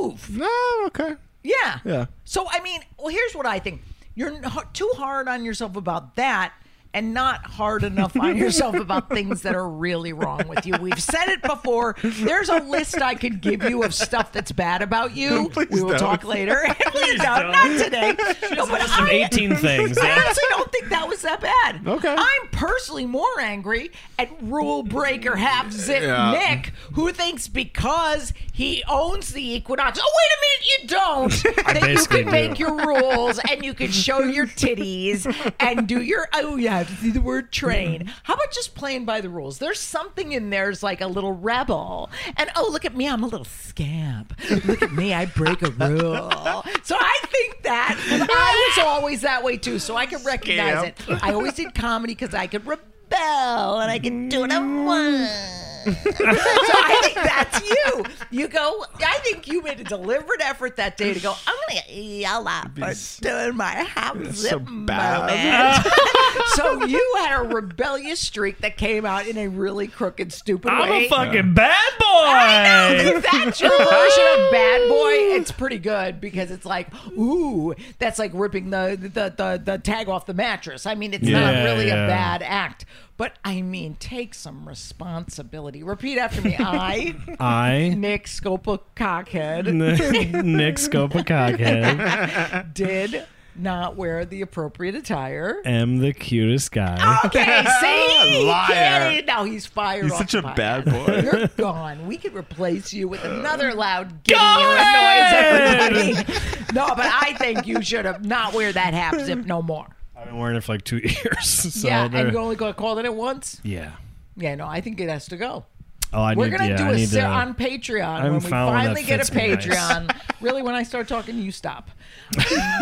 move. [laughs] No, Oh, okay. Yeah. Yeah. So I mean, well, here's what I think: you're n- h- too hard on yourself about that, and not hard enough on yourself about things that are really wrong with you. We've said it before. There's a list I could give you of stuff that's bad about you. we will don't. talk later. [laughs] Please don't. Not today. No, but Some I- 18 things. I yeah. [laughs] honestly don't think that was that bad. Okay. I'm personally more angry at rule breaker half zip Yeah. Nick, who thinks because he owns the Equinox, oh, wait a minute, you don't, that you basically can do. make your rules and you can show your titties and do your, oh, yeah, I have to see the word train. How about just playing by the rules? There's something in there's like a little rebel. And oh, look at me, I'm a little scamp. Look at me, I break a rule. So I think that, and I was always that way too, so I could recognize Scamp. it. I always did comedy because I could rebel and I could do what I want. so I think that's you. You go, I think you made a deliberate effort that day to go, I'm going to yell out for doing my half zip so bad. moment. [laughs] so you had a rebellious streak that came out in a really crooked, stupid I'm way. a fucking bad boy. I [laughs] know. If that's your version of bad boy, it's pretty good because it's like, ooh, that's like ripping the the the, the tag off the mattress. I mean, it's not Yeah, really a yeah. bad act, but I mean, take some responsibility. Repeat after me. I, [laughs] I, Nick Scopa cockhead, [laughs] Nick Scopacockhead, did not wear the appropriate [laughs] attire. am the cutest guy. Okay, see, Liar. Get it? No, he's fired. He's off such the a podcast. bad [laughs] boy. You're gone. We could replace you with another loud giddy noise. Everybody. [laughs] No, but I think you should have not wear that half zip no more. I've been wearing it for like two [laughs] years. So yeah, there- and you only got called it at once. yeah. Yeah, no, I think it has to go. Oh, I We're need, gonna yeah, do I a need sit to, on Patreon I'm when we found one that finally get a fits me nice. Patreon. really, when I start talking, you [laughs] stop.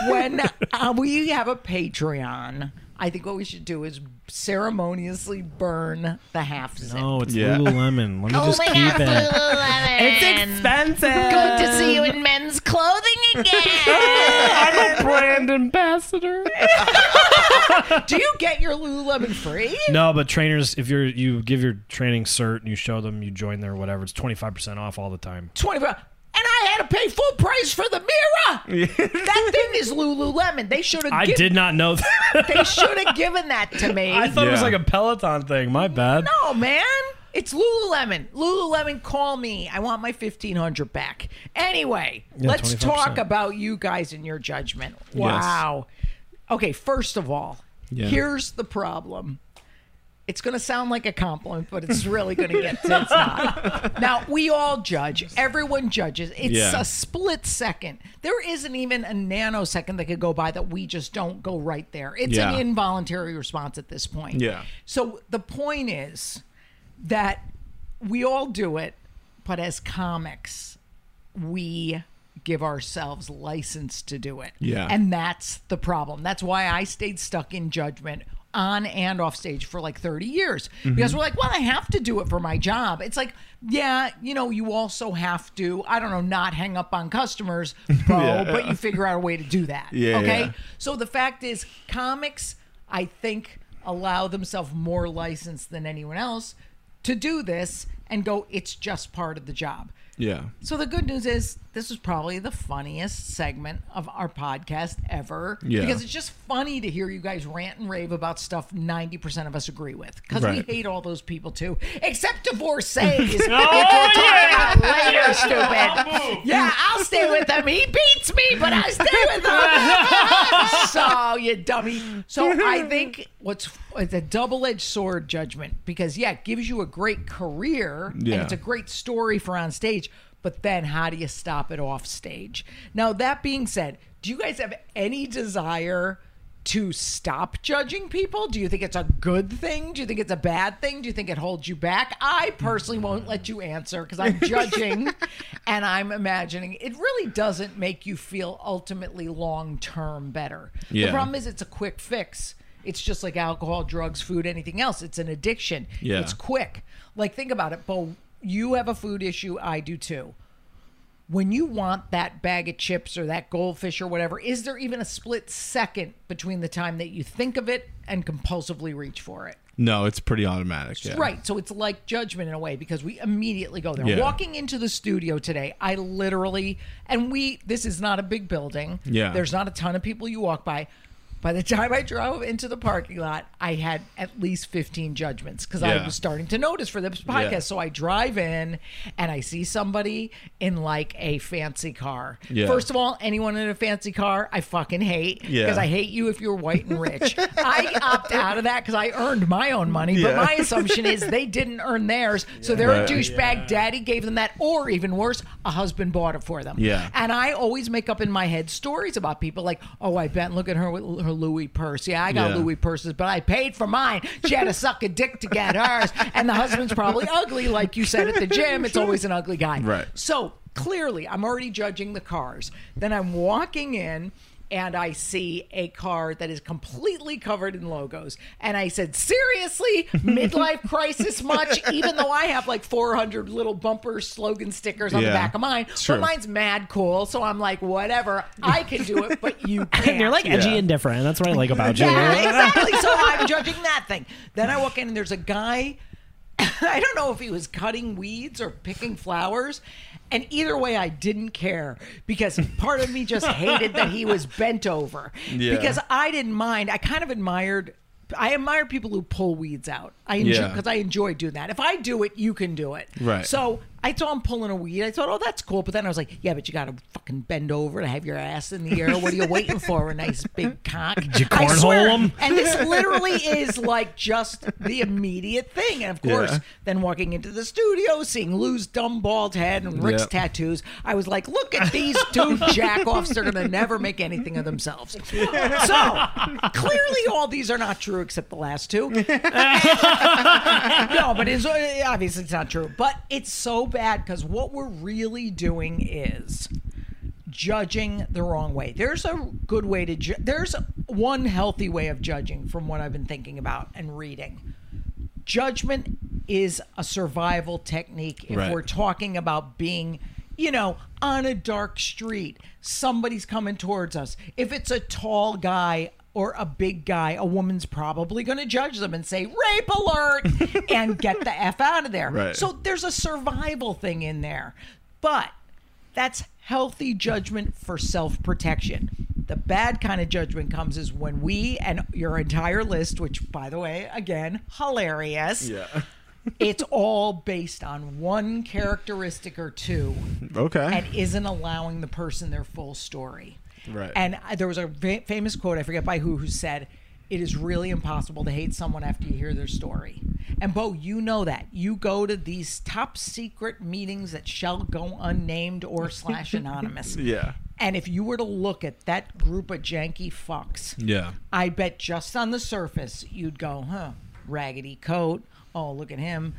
when uh, we have a Patreon, I think what we should do is ceremoniously burn the half zip. [laughs] Oh, it's Yeah. Lululemon. Let me Oh just keep it. It's expensive. Good to see you in men's clothing again. I'm a brand ambassador. Do you get your Lululemon free? No, but trainers, if you're you give your training cert and you show them you join their whatever, it's twenty five percent off all the time. Twenty five. And I had to pay full price for the [laughs] mirror. that thing is Lululemon. They should have. I giv- did not know that. [laughs] They should have given that to me. I thought it was Yeah. like a Peloton thing. My bad. no, man. It's Lululemon. Lululemon, call me. I want my fifteen hundred back. Anyway, let's 25%. talk about you guys and your judgment. Wow. Okay, first of all, Yeah. here's the problem. It's going to sound like a compliment, but it's really going to get it's [laughs] not. Now, we all judge. Everyone judges. It's Yeah. a split second. There isn't even a nanosecond that could go by that we just don't go right there. It's Yeah. an involuntary response at this point. Yeah. So the point is that we all do it, but as comics, we give ourselves license to do it. Yeah. And that's the problem. That's why I stayed stuck in judgment on and off stage for like 30 years Mm-hmm. because we're like, well, I have to do it for my job. It's like, yeah, you know, you also have to, I don't know, not hang up on [laughs] customers, bro, Yeah. but you figure out a way to do that. Yeah, Okay. yeah. So the fact is, comics, I think, allow themselves more license than anyone else to do this and go, it's just part of the job. Yeah. So the good news is, this was probably the funniest segment of our podcast ever. Yeah. Because it's just funny to hear you guys rant and rave about stuff 90% of us agree with. Because Right. [laughs] Oh, we hate all those people too, except divorcees, which we'll talk about later. are stupid. Yeah, I'll stay with him. He beats me, but I stay with him. so you dummy. So I think what's it's a double-edged sword judgment because yeah, it gives you a great career and Yeah. it's a great story for on stage. But then how do you stop it off stage? Now that being said, do you guys have any desire? To stop judging people? Do you think it's a good thing? Do you think it's a bad thing? Do you think it holds you back? I personally won't let you answer because I'm judging and I'm imagining. It really doesn't make you feel ultimately long term better. The Yeah. problem is it's a quick fix. It's just like alcohol, drugs, food, anything else. It's an addiction. Yeah. It's quick. Like think about it, Bo. You have a food issue. I do too. When you want that bag of chips or that goldfish or whatever, is there even a split second between the time that you think of it and compulsively reach for it? No, it's pretty automatic. Yeah. Right. So it's like judgment in a way because we immediately go there. Yeah. Walking into the studio today, I literally, and we, this is not a big building. Yeah. There's not a ton of people you walk by. By the [laughs] time I drove into the parking lot, I had at least 15 judgments because I Yeah. was starting to notice for this podcast. Yeah. So I drive in and I see somebody in like a fancy car. Yeah. First of all, anyone in a fancy car, I fucking hate because Yeah. I hate you if you're white and [laughs] rich. I opt out of that because I earned my own money, but Yeah. my assumption is they didn't earn theirs, so they're Right. a douchebag. Daddy gave them that, or even worse, a husband bought it for them. Yeah. And I always make up in my head stories about people like, oh, I bet look at her with her Louis purse. Yeah, I got Yeah. Louis purses, but I paid for mine. She had to suck a dick to get hers, and the husband's probably ugly, like you said at the gym. It's always an ugly guy. Right. So clearly, I'm already judging the cars. Then I'm walking in and I see a car that is completely covered in logos. And I said, Seriously, [laughs] midlife crisis much? Even though I have like 400 little bumper slogan stickers on Yeah. the back of mine. It's But true. mine's mad cool. So I'm like, Whatever, I can do it, but [laughs] you can't. [laughs] And you're like edgy Yeah. and different. That's what I like about you. Yeah, [laughs] exactly. So [laughs] I'm judging that thing. Then I walk in and there's a guy. [laughs] I don't know if he was cutting weeds or picking flowers. And either way, I didn't care because part of me [laughs] just hated that he was bent over. Yeah. Because I didn't mind. I kind of admired. I admire people who pull weeds out. I enjoy Yeah. because I enjoy doing that. If I do it, you can do it. Right. So I saw him pulling a weed. I thought, oh, that's cool. But then I was like, yeah, but you got to fucking bend over to have your ass in the air. What are you waiting for? A nice big cock. you I cornhole swear. him? And this literally is like just the immediate thing. And of course, Yeah. then walking into the studio, seeing Lou's dumb bald head and Rick's Yep. tattoos, I was like, look at these two jackoffs. They're going to never make anything of themselves. So clearly, all these are not true except the last two. no, but it's obviously it's not true. But it's so bad because what we're really doing is judging the wrong way. There's a good way to ju- there's one healthy way of judging from what I've been thinking about and reading. Judgment is a survival technique if Right. we're talking about being, you know, on a dark street, somebody's coming towards us. If it's a tall guy or a big guy, a woman's probably going to judge them and say rape alert and get the f out of there. Right. So there's a survival thing in there. But that's healthy judgment for self protection. The bad kind of judgment comes is when we and your entire list, which, by the way, again, hilarious. Yeah. It's all based on one characteristic or two Okay. and isn't allowing the person their full story. Right. And I- there was a va- famous quote I forget by who who said, "It is really impossible to hate someone after you hear their story." And Bo, you know that you go to these top secret meetings that shall go unnamed or [laughs] slash anonymous. Yeah. And if you were to look at that group of janky fucks, yeah. I bet just on the surface you'd go, huh, raggedy coat. Oh, look at him.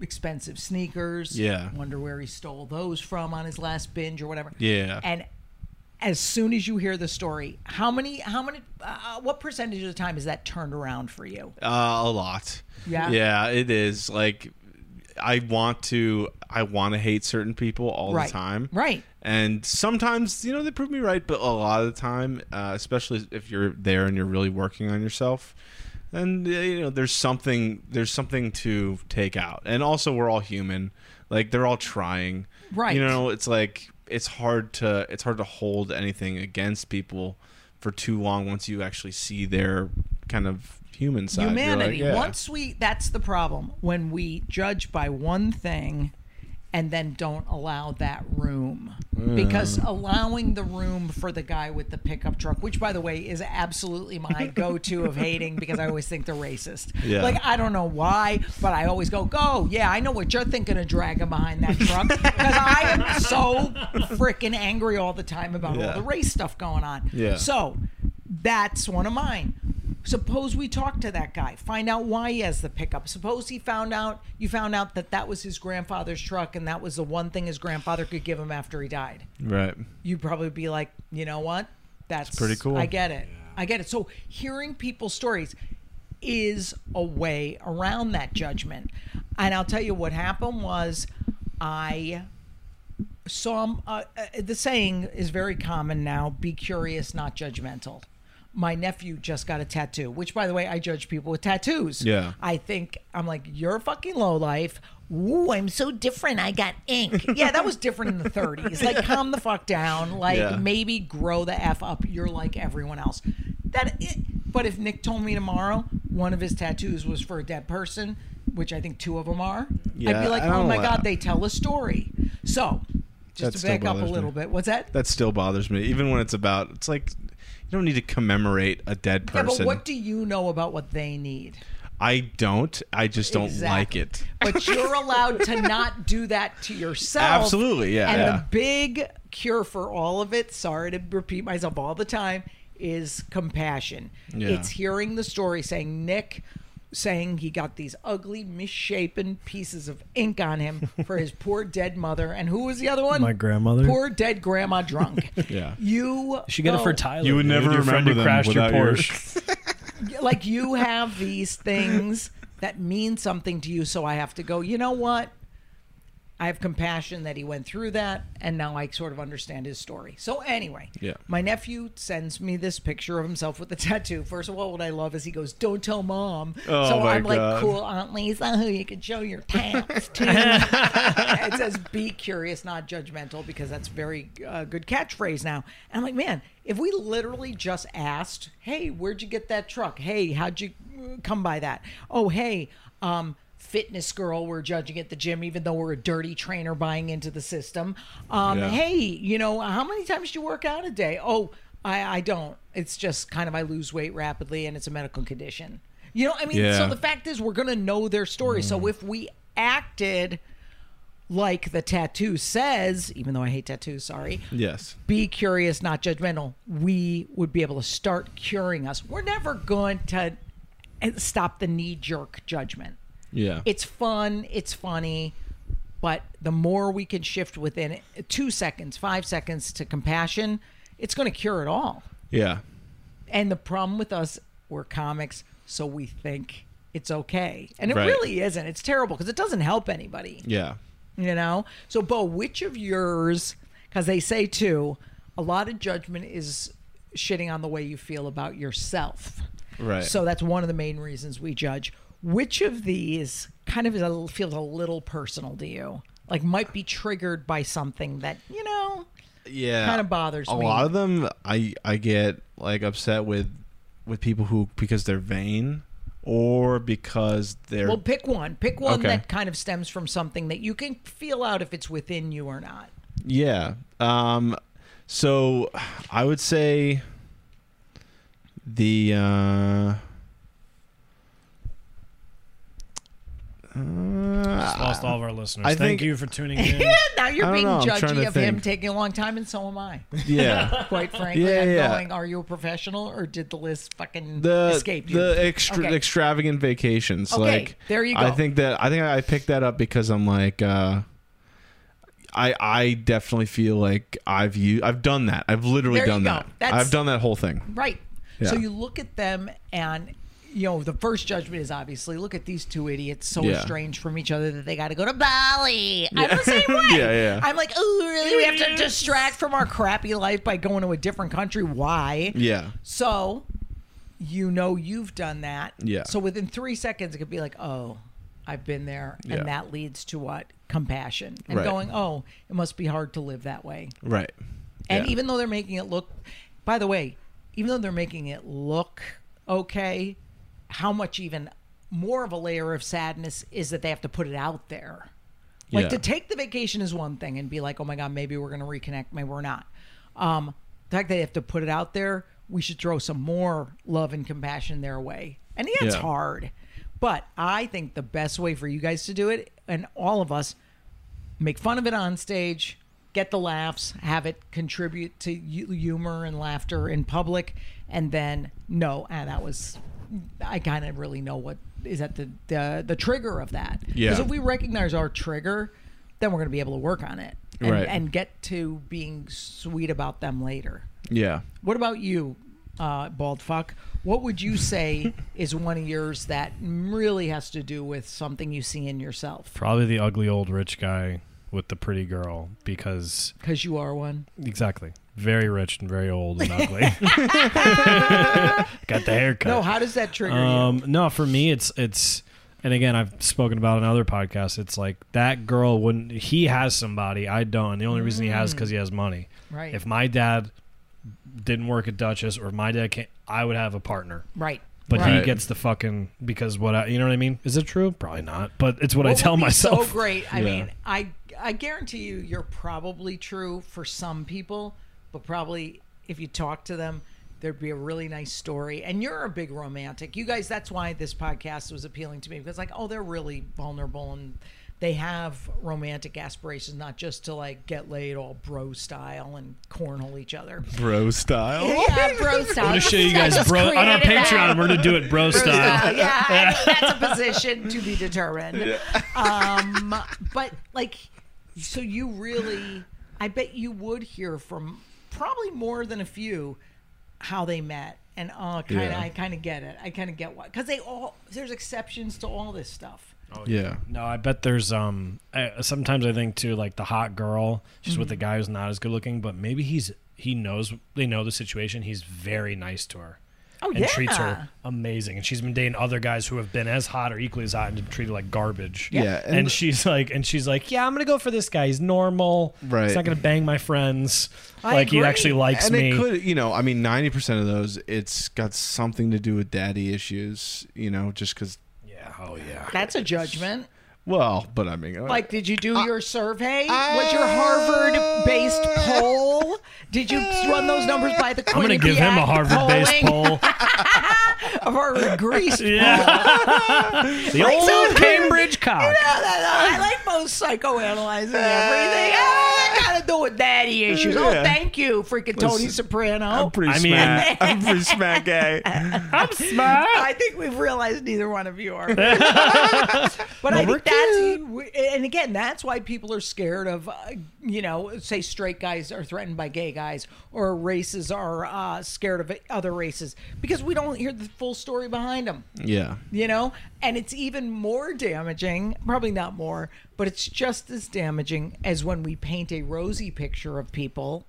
Expensive sneakers. Yeah. Wonder where he stole those from on his last binge or whatever. Yeah. And as soon as you hear the story, how many, how many, uh, what percentage of the time is that turned around for you? Uh, a lot. Yeah? Yeah, it is. Like, I want to. I want to hate certain people all Right. the time. Right. And sometimes, you know, they prove me right, but a lot of the time, uh, especially if you're there and you're really working on yourself, then uh, you know, there's something. There's something to take out. And also, we're all human. Like, they're all trying. Right. You know, it's like it's hard to it's hard to hold anything against people for too long once you actually see their kind of human side. You're like, humanity yeah. once we that's the problem when we judge by one thing and then don't allow that room Hmm. because allowing the room for the guy with the pickup truck which by the way is absolutely [laughs] my go-to of hating because i always think they're racist Yeah. like i don't know why but i always go go yeah i know what you're thinking of dragging behind that [laughs] truck because i am so freaking angry all the time about Yeah. all the race stuff going on Yeah. so that's one of mine. Suppose we talk to that guy, find out why he has the pickup. Suppose he found out you found out that that was his grandfather's truck and that was the one thing his grandfather could give him after he died. Right. You'd probably be like, you know what? That's pretty cool. I get it. I get it. So hearing people's stories is a way around that judgment. And I'll tell you what happened was I saw m- uh, uh, the saying is very common now be curious not judgmental my nephew just got a tattoo which by the way i judge people with tattoos Yeah. i think i'm like you're a fucking low life ooh i'm so different i got ink yeah that was different in the 30s like calm the fuck down like Yeah. maybe grow the f up you're like everyone else that it, but if nick told me tomorrow one of his tattoos was for a dead person which i think two of them are i'd Yeah, be like I don't oh my know. god they tell a story so just That to still back up a bothers me. little bit. What's that? That still bothers me, even when it's about. It's like you don't need to commemorate a dead yeah, but person. what do you know about what they need? I don't. I just don't like Exactly. it. But [laughs] you're allowed to not do that to yourself. Absolutely, yeah, And yeah. the big cure for all of it, sorry to repeat myself all the time, is compassion. Yeah. It's hearing the story, saying, Nick saying he got these ugly, misshapen pieces of ink on him for his poor dead mother. And who was the other one? My grandmother. Poor dead grandma drunk. [laughs] Yeah. You She got it go- for Tyler. You would dude, never your friend remember who them crashed your without your- Porsche. like you have these things that mean something to you so i have to go you know what i have compassion that he went through that and now i sort of understand his story so anyway Yeah. my nephew sends me this picture of himself with the tattoo first of all what i love is he goes don't tell mom Oh, so my i'm God. like cool aunt lisa who you can show your tats to [laughs] [laughs] it says be curious not judgmental because that's very uh, good catchphrase now and i'm like man if we literally just asked hey where'd you get that truck hey how'd you uh, come by that oh hey um fitness girl we're judging at the gym even though we're a dirty trainer buying into the system um Yeah. hey you know how many times do you work out a day oh i i don't it's just kind of i lose weight rapidly and it's a medical condition you know i mean Yeah. Mm. so the fact is we're gonna know their story so if we acted like the tattoo says, even though I hate tattoos, sorry. [laughs] Yes. Be curious, not judgmental. We would be able to start curing us. We're never going to stop the knee jerk judgment. Yeah. It's fun, it's funny, but the more we can shift within it, two seconds, five seconds to compassion, it's going to cure it all. yeah. And the problem with us, we're comics, so we think it's okay. And it Right. really isn't. It's terrible because it doesn't help anybody Yeah. you know so bo which of yours because they say too a lot of judgment is shitting on the way you feel about yourself Right. so that's one of the main reasons we judge which of these kind of is a, feels a little personal to you like might be triggered by something that you know yeah kinda bothers a me. lot of them i i get like upset with with people who because they're vain or because they're well pick one pick one Okay. that kind of stems from something that you can feel out if it's within you or not yeah um so i would say the [laughs] uh Just lost all of our listeners. I Thank think- you [laughs] for tuning in. now I you're don't being know, I'm trying judgy to of him think. taking a long time and so am i [laughs] yeah quite frankly. Yeah, I'm yeah. going, are you a professional or did the list fucking the escape you? the extra Okay. extravagant vacations. Okay, Like there you I go. think that I think I picked that up because I'm like uh, I I definitely feel like I've you I've done that. I've literally There you done go. that. That's- I've done that whole thing. right. Yeah. So you look at them and you know, the first judgment is obviously look at these two idiots so Yeah. estranged from each other that they got to go to Bali. I'm the [laughs] same way. Yeah, yeah. I'm like, oh, really? We have to distract from our crappy life by going to a different country. Why? Yeah. So you know you've done that. Yeah. So within three seconds, it could be like, oh, I've been there. And Yeah. that leads to what? Compassion. And Right. going, oh, it must be hard to live that way. Right. And Yeah. even though they're making it look, by the way, even though they're making it look okay, how much even more of a layer of sadness is that they have to put it out there? Like Yeah. to take the vacation is one thing and be like, oh my god, maybe we're gonna reconnect, maybe we're not. Um, the fact that they have to put it out there, we should throw some more love and compassion their way. And yeah, it's Yeah. hard, but I think the best way for you guys to do it and all of us make fun of it on stage, get the laughs, have it contribute to hu- humor and laughter in public, and then no, ah, that was. I kind of really know what is at the the, the trigger of that. 'Cause Yeah. if we recognize our trigger, then we're going to be able to work on it and, Right. and get to being sweet about them later. Yeah. What about you, uh, bald fuck? What would you [laughs] say is one of yours that really has to do with something you see in yourself? Probably the ugly old rich guy with the pretty girl because Because you are one. exactly very rich and very old and [laughs] ugly. [laughs] Got the haircut. No, how does that trigger you? Um, no, for me, it's it's, and again, I've spoken about it on other podcasts. It's like that girl wouldn't. He has somebody I don't. And the only reason he has is because he has money. Right. If my dad didn't work at Duchess, or if my dad can't, I would have a partner. right. But right. he gets the fucking because what I, you know what I mean? Is it true? Probably not. But it's what, I What [laughs] tell would be myself. So great. I Yeah. mean, I I guarantee you, you're probably true for some people, but probably if you talk to them, there'd be a really nice story. And you're a big romantic, you guys. That's why this podcast was appealing to me because, like, oh, they're really vulnerable and they have romantic aspirations, not just to like get laid all bro style and cornhole each other. Bro style. Yeah, bro style. I'm gonna show you guys, bro, on our created Patreon. that. We're gonna do it, bro, style. Uh, [laughs] yeah, I mean, that's a position to be determined. Um, but like, so you really, I bet you would hear from probably more than a few how they met, and uh, kind of, Yeah. I kind of get it. I kind of get what because they all there's exceptions to all this stuff. Yeah. No, I bet there's um. I, sometimes I think too, like the hot girl, she's Mm-hmm. with the guy who's not as good looking, but maybe he's he knows they know the situation. He's very nice to her. Oh, and treats her yeah. amazing, and she's been dating other guys who have been as hot or equally as hot and treated like garbage. Yeah, and, and- she's like, and she's like, yeah, I'm gonna go for this guy. He's normal. Right. He's not gonna bang my friends. I like he agree. actually likes and me. it could, you know, I mean, ninety percent of those, it's got something to do with daddy issues, you know, just because. yeah. Oh yeah. That's a judgment. Well, but I mean, Like, uh, did you do your survey? I- Was your Harvard-based poll? Did you run those numbers by the? I'm gonna give him a Harvard-based poll. [laughs] of [laughs] our Greece Yeah. the old Cambridge cock. No, no, no. [laughs] I like most psychoanalyzing everything. Oh, that got to do with daddy issues. Oh, Uh, Yeah. thank you, freaking Tony Listen, Soprano. I'm pretty I mean- smack. [laughs] I'm pretty [laughs] smack guy. I'm smart. I think we've realized neither one of you [laughs] are. but I think that's, and again, that's why people are scared of, uh, you know, say straight guys are threatened by gay guys or races are uh, scared of other races because we don't hear the full story behind them. Yeah. you know and it's even more damaging probably not more but it's just as damaging as when we paint a rosy picture of people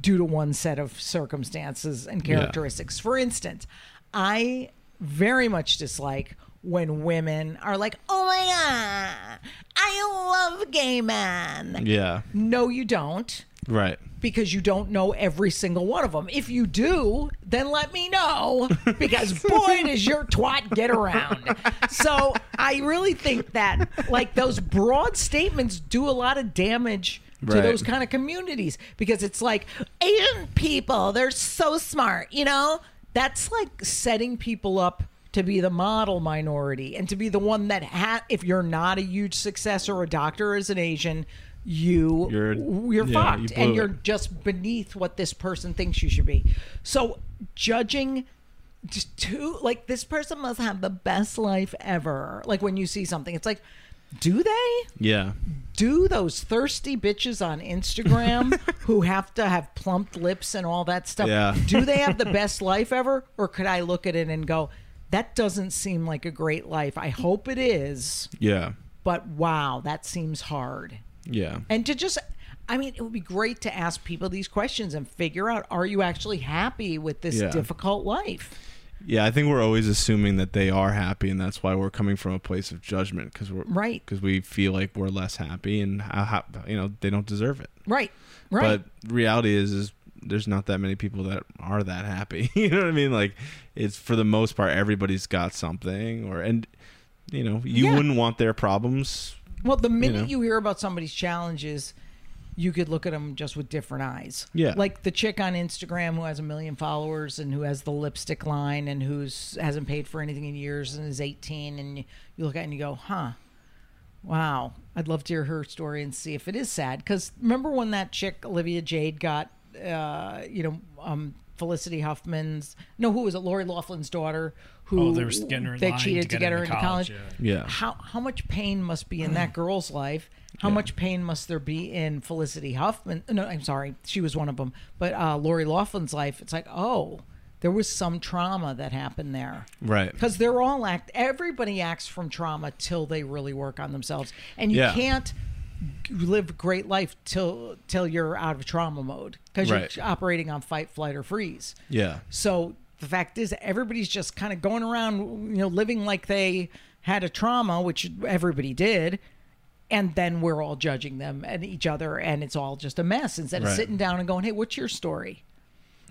due to one set of circumstances and characteristics for instance i very much dislike when women are like oh my god i love gay men Yeah. no you don't Right. because you don't know every single one of them. If you do, then let me know because boy does your twat get around. So I really think that like those broad statements do a lot of damage to Right. those kind of communities because it's like Asian people, they're so smart, you know? That's like setting people up to be the model minority and to be the one that ha- if you're not a huge success or a doctor as an Asian, you You're- you're yeah, you fucked blew and it. you're just beneath what this person thinks you should be. So judging just too like this person must have the best life ever. Like when you see something, it's like, do they? Yeah. Do those thirsty bitches on Instagram [laughs] who have to have plumped lips and all that stuff? Yeah. Do they [laughs] have the best life ever? Or could I look at it and go, that doesn't seem like a great life. I hope it is, Yeah. but wow, that seems hard Yeah. and to just i mean it would be great to ask people these questions and figure out are you actually happy with this Yeah. difficult life Yeah, I think we're always assuming that they are happy, and that's why we're coming from a place of judgment because we're Right. because we feel like we're less happy, and how, how, you know they don't deserve it. right right But reality is, is there's not that many people that are that happy. [laughs] you know what I mean? Like, it's for the most part everybody's got something, or and you know you Yeah. wouldn't want their problems Well, the minute you, know. hear about somebody's challenges, you could look at them just with different eyes. Yeah. Like the chick on Instagram who has a million followers and who has the lipstick line and who's hasn't paid for anything in years and is 18 and you, you look at it and you go, "Huh. Wow. I'd love to hear her story and see if it is sad cuz remember when that chick Olivia Jade got uh, you know, um Felicity Huffman's no, who was it? Lori Laughlin's daughter, who Oh, they were getting her in they line cheated to get her into college. yeah. Yeah. How how much pain must be in Mm. that girl's life? How much pain must there be in Felicity Huffman? No, I'm sorry, she was one of them. But uh, Lori Laughlin's life, it's like, oh, there was some trauma that happened there. Right. Because they're all act. Everybody acts from trauma till they really work on themselves, and you Yeah. can't g- live a great life till till you're out of trauma mode because Right. you're operating on fight, flight, or freeze. Yeah. So the fact is, everybody's just kind of going around, you know, living like they had a trauma, which everybody did. And then we're all judging them and each other, and it's all just a mess instead of Right. sitting down and going, hey, what's your story?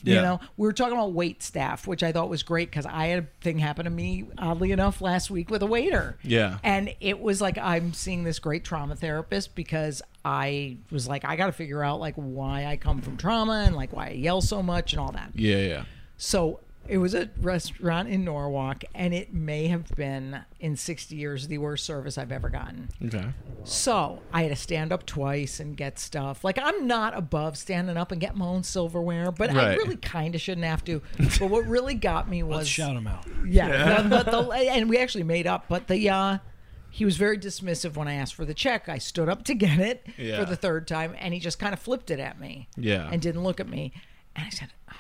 Yeah. You know, we were talking about wait staff, which I thought was great because I had a thing happen to me, oddly enough, last week with a waiter. Yeah. And it was like, I'm seeing this great trauma therapist because I was like, I got to figure out like why I come from trauma and like why I yell so much and all that. Yeah. Yeah. So it was a restaurant in Norwalk, and it may have been in 60 years the worst service I've ever gotten. Okay. So I had to stand up twice and get stuff. Like I'm not above standing up and getting my own silverware, but I Right. really kind of shouldn't have to. But what really got me was Let's shout him out. yeah, the- the- the- and we actually made up, but the uh, he was very dismissive when I asked for the check. I stood up to get it Yeah. for the third time, and he just kind of flipped it at me. Yeah. and didn't look at me. And I said, "Ah."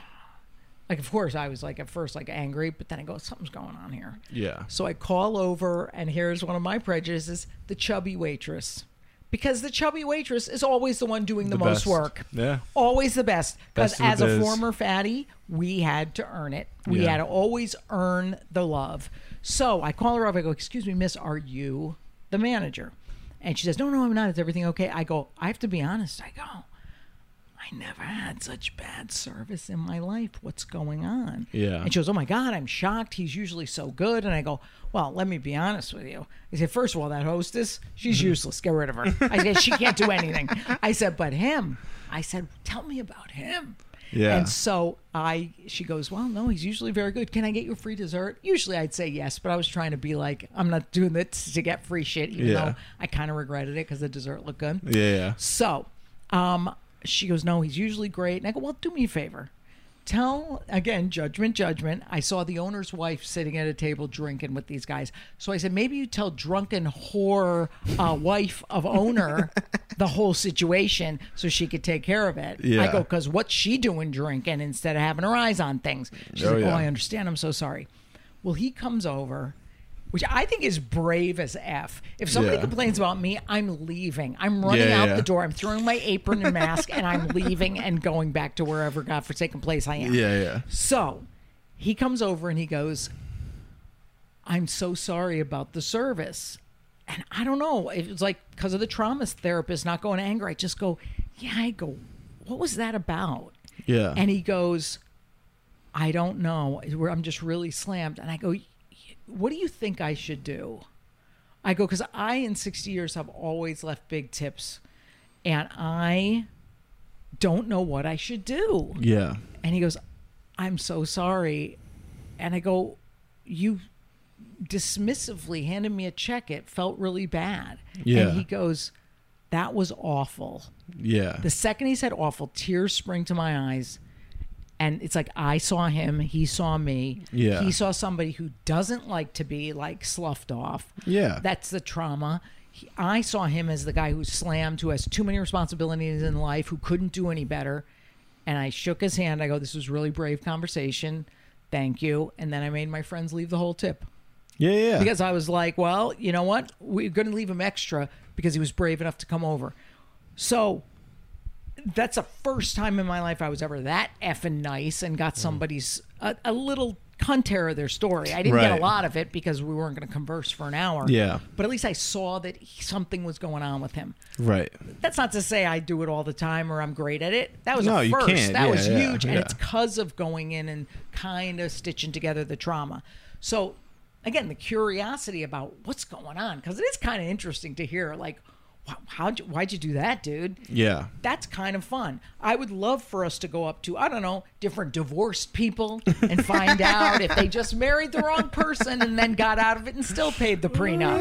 like, of course, I was like at first like angry, but then I go, something's going on here. Yeah. So I call over, and here's one of my prejudices: the chubby waitress. Because the chubby waitress is always the one doing the, The most best. work. Yeah. Always the best. Because Best of the as a biz. former fatty, we had to earn it. We Yeah. had to always earn the love. So I call her up. I go, Excuse me, miss, are you the manager? And she says, No, no, I'm not. Is everything okay? I go, I have to be honest. I go, I never had such bad service in my life. What's going on? Yeah. And she goes, Oh my God, I'm shocked. He's usually so good. And I go, Well, let me be honest with you. I said, First of all, that hostess, she's Mm-hmm. useless. Get rid of her. I said, She can't do [laughs] anything. I said, But him. I said, Tell me about him. Yeah. And so I, she goes, Well, no, he's usually very good. Can I get you a free dessert? Usually I'd say yes, but I was trying to be like, I'm not doing this to get free shit, even Yeah. though I kind of regretted it because the dessert looked good. Yeah. So, um, she goes, No, he's usually great. And I go, Well, do me a favor. Tell again, judgment, judgment. I saw the owner's wife sitting at a table drinking with these guys. So I said, Maybe you tell drunken whore uh, wife of [laughs] owner the whole situation so she could take care of it. I Yeah. go, Because what's she doing drinking instead of having her eyes on things? She's Oh, like, Oh, yeah. I understand. I'm so sorry. Well, he comes over. Which I think is brave as F. If somebody Yeah. complains about me, I'm leaving. I'm running Yeah, out yeah. the door. I'm throwing my apron and mask, and I'm leaving and going back to wherever godforsaken place I am. Yeah. Yeah. So he comes over and he goes, I'm so sorry about the service. And I don't know. It was like because of the trauma therapist not going to anger. I just go, Yeah, I go, what was that about? Yeah. And he goes, I don't know. We're- I'm just really slammed. And I go, "Y- What do you think I should do? I go, Because I, in 60 years, have always left big tips. And I don't know what I should do. Yeah. And he goes, I'm so sorry. And I go, You dismissively handed me a check. It felt really bad. Yeah. And he goes, That was awful. Yeah. The second he said awful, tears spring to my eyes. And it's like I saw him, he saw me. Yeah. He saw somebody who doesn't like to be like sloughed off. Yeah. That's the trauma. He, I saw him as the guy who's slammed, who has too many responsibilities in life, who couldn't do any better. And I shook his hand. I go, This was really brave conversation. Thank you. And then I made my friends leave the whole tip Yeah. [laughs] Yeah. because I was like, well, you know what? We're going to leave him extra because he was brave enough to come over. So that's the first time in my life I was ever that effing nice and Mm. got somebody's a, a little contour of their story. I didn't get Right. a lot of it because we weren't going to converse for an hour. Yeah. But at least I saw that he- something was going on with him. right. That's not to say I do it all the time or I'm great at it. That was No, a you 1st can't. That Yeah, was yeah, huge, and yeah. it's because of going in and kind of stitching together the trauma. So again the curiosity about what's going on because it is kind of interesting to hear like wow, how'd you, why'd you do that dude Yeah. that's kind of fun. I would love for us to go up to, I don't know, different divorced people and [laughs] find out if they just married the wrong person and then got out of it and still paid the prenup.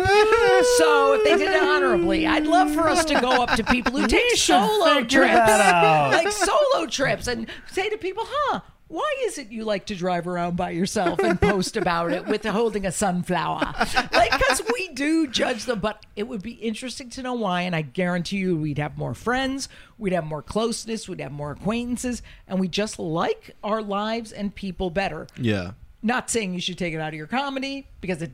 So if they did it honorably, I'd love for us to go up to [laughs] people who take solo figure trips, that out. like solo trips, and say to people, huh? Why is it you like to drive around by yourself and post about it with holding a sunflower? Like, because we do judge them, but it would be interesting to know why. And I guarantee you, we'd have more friends, we'd have more closeness, we'd have more acquaintances, and we just like our lives and people better. Yeah. Not saying you should take it out of your comedy because it,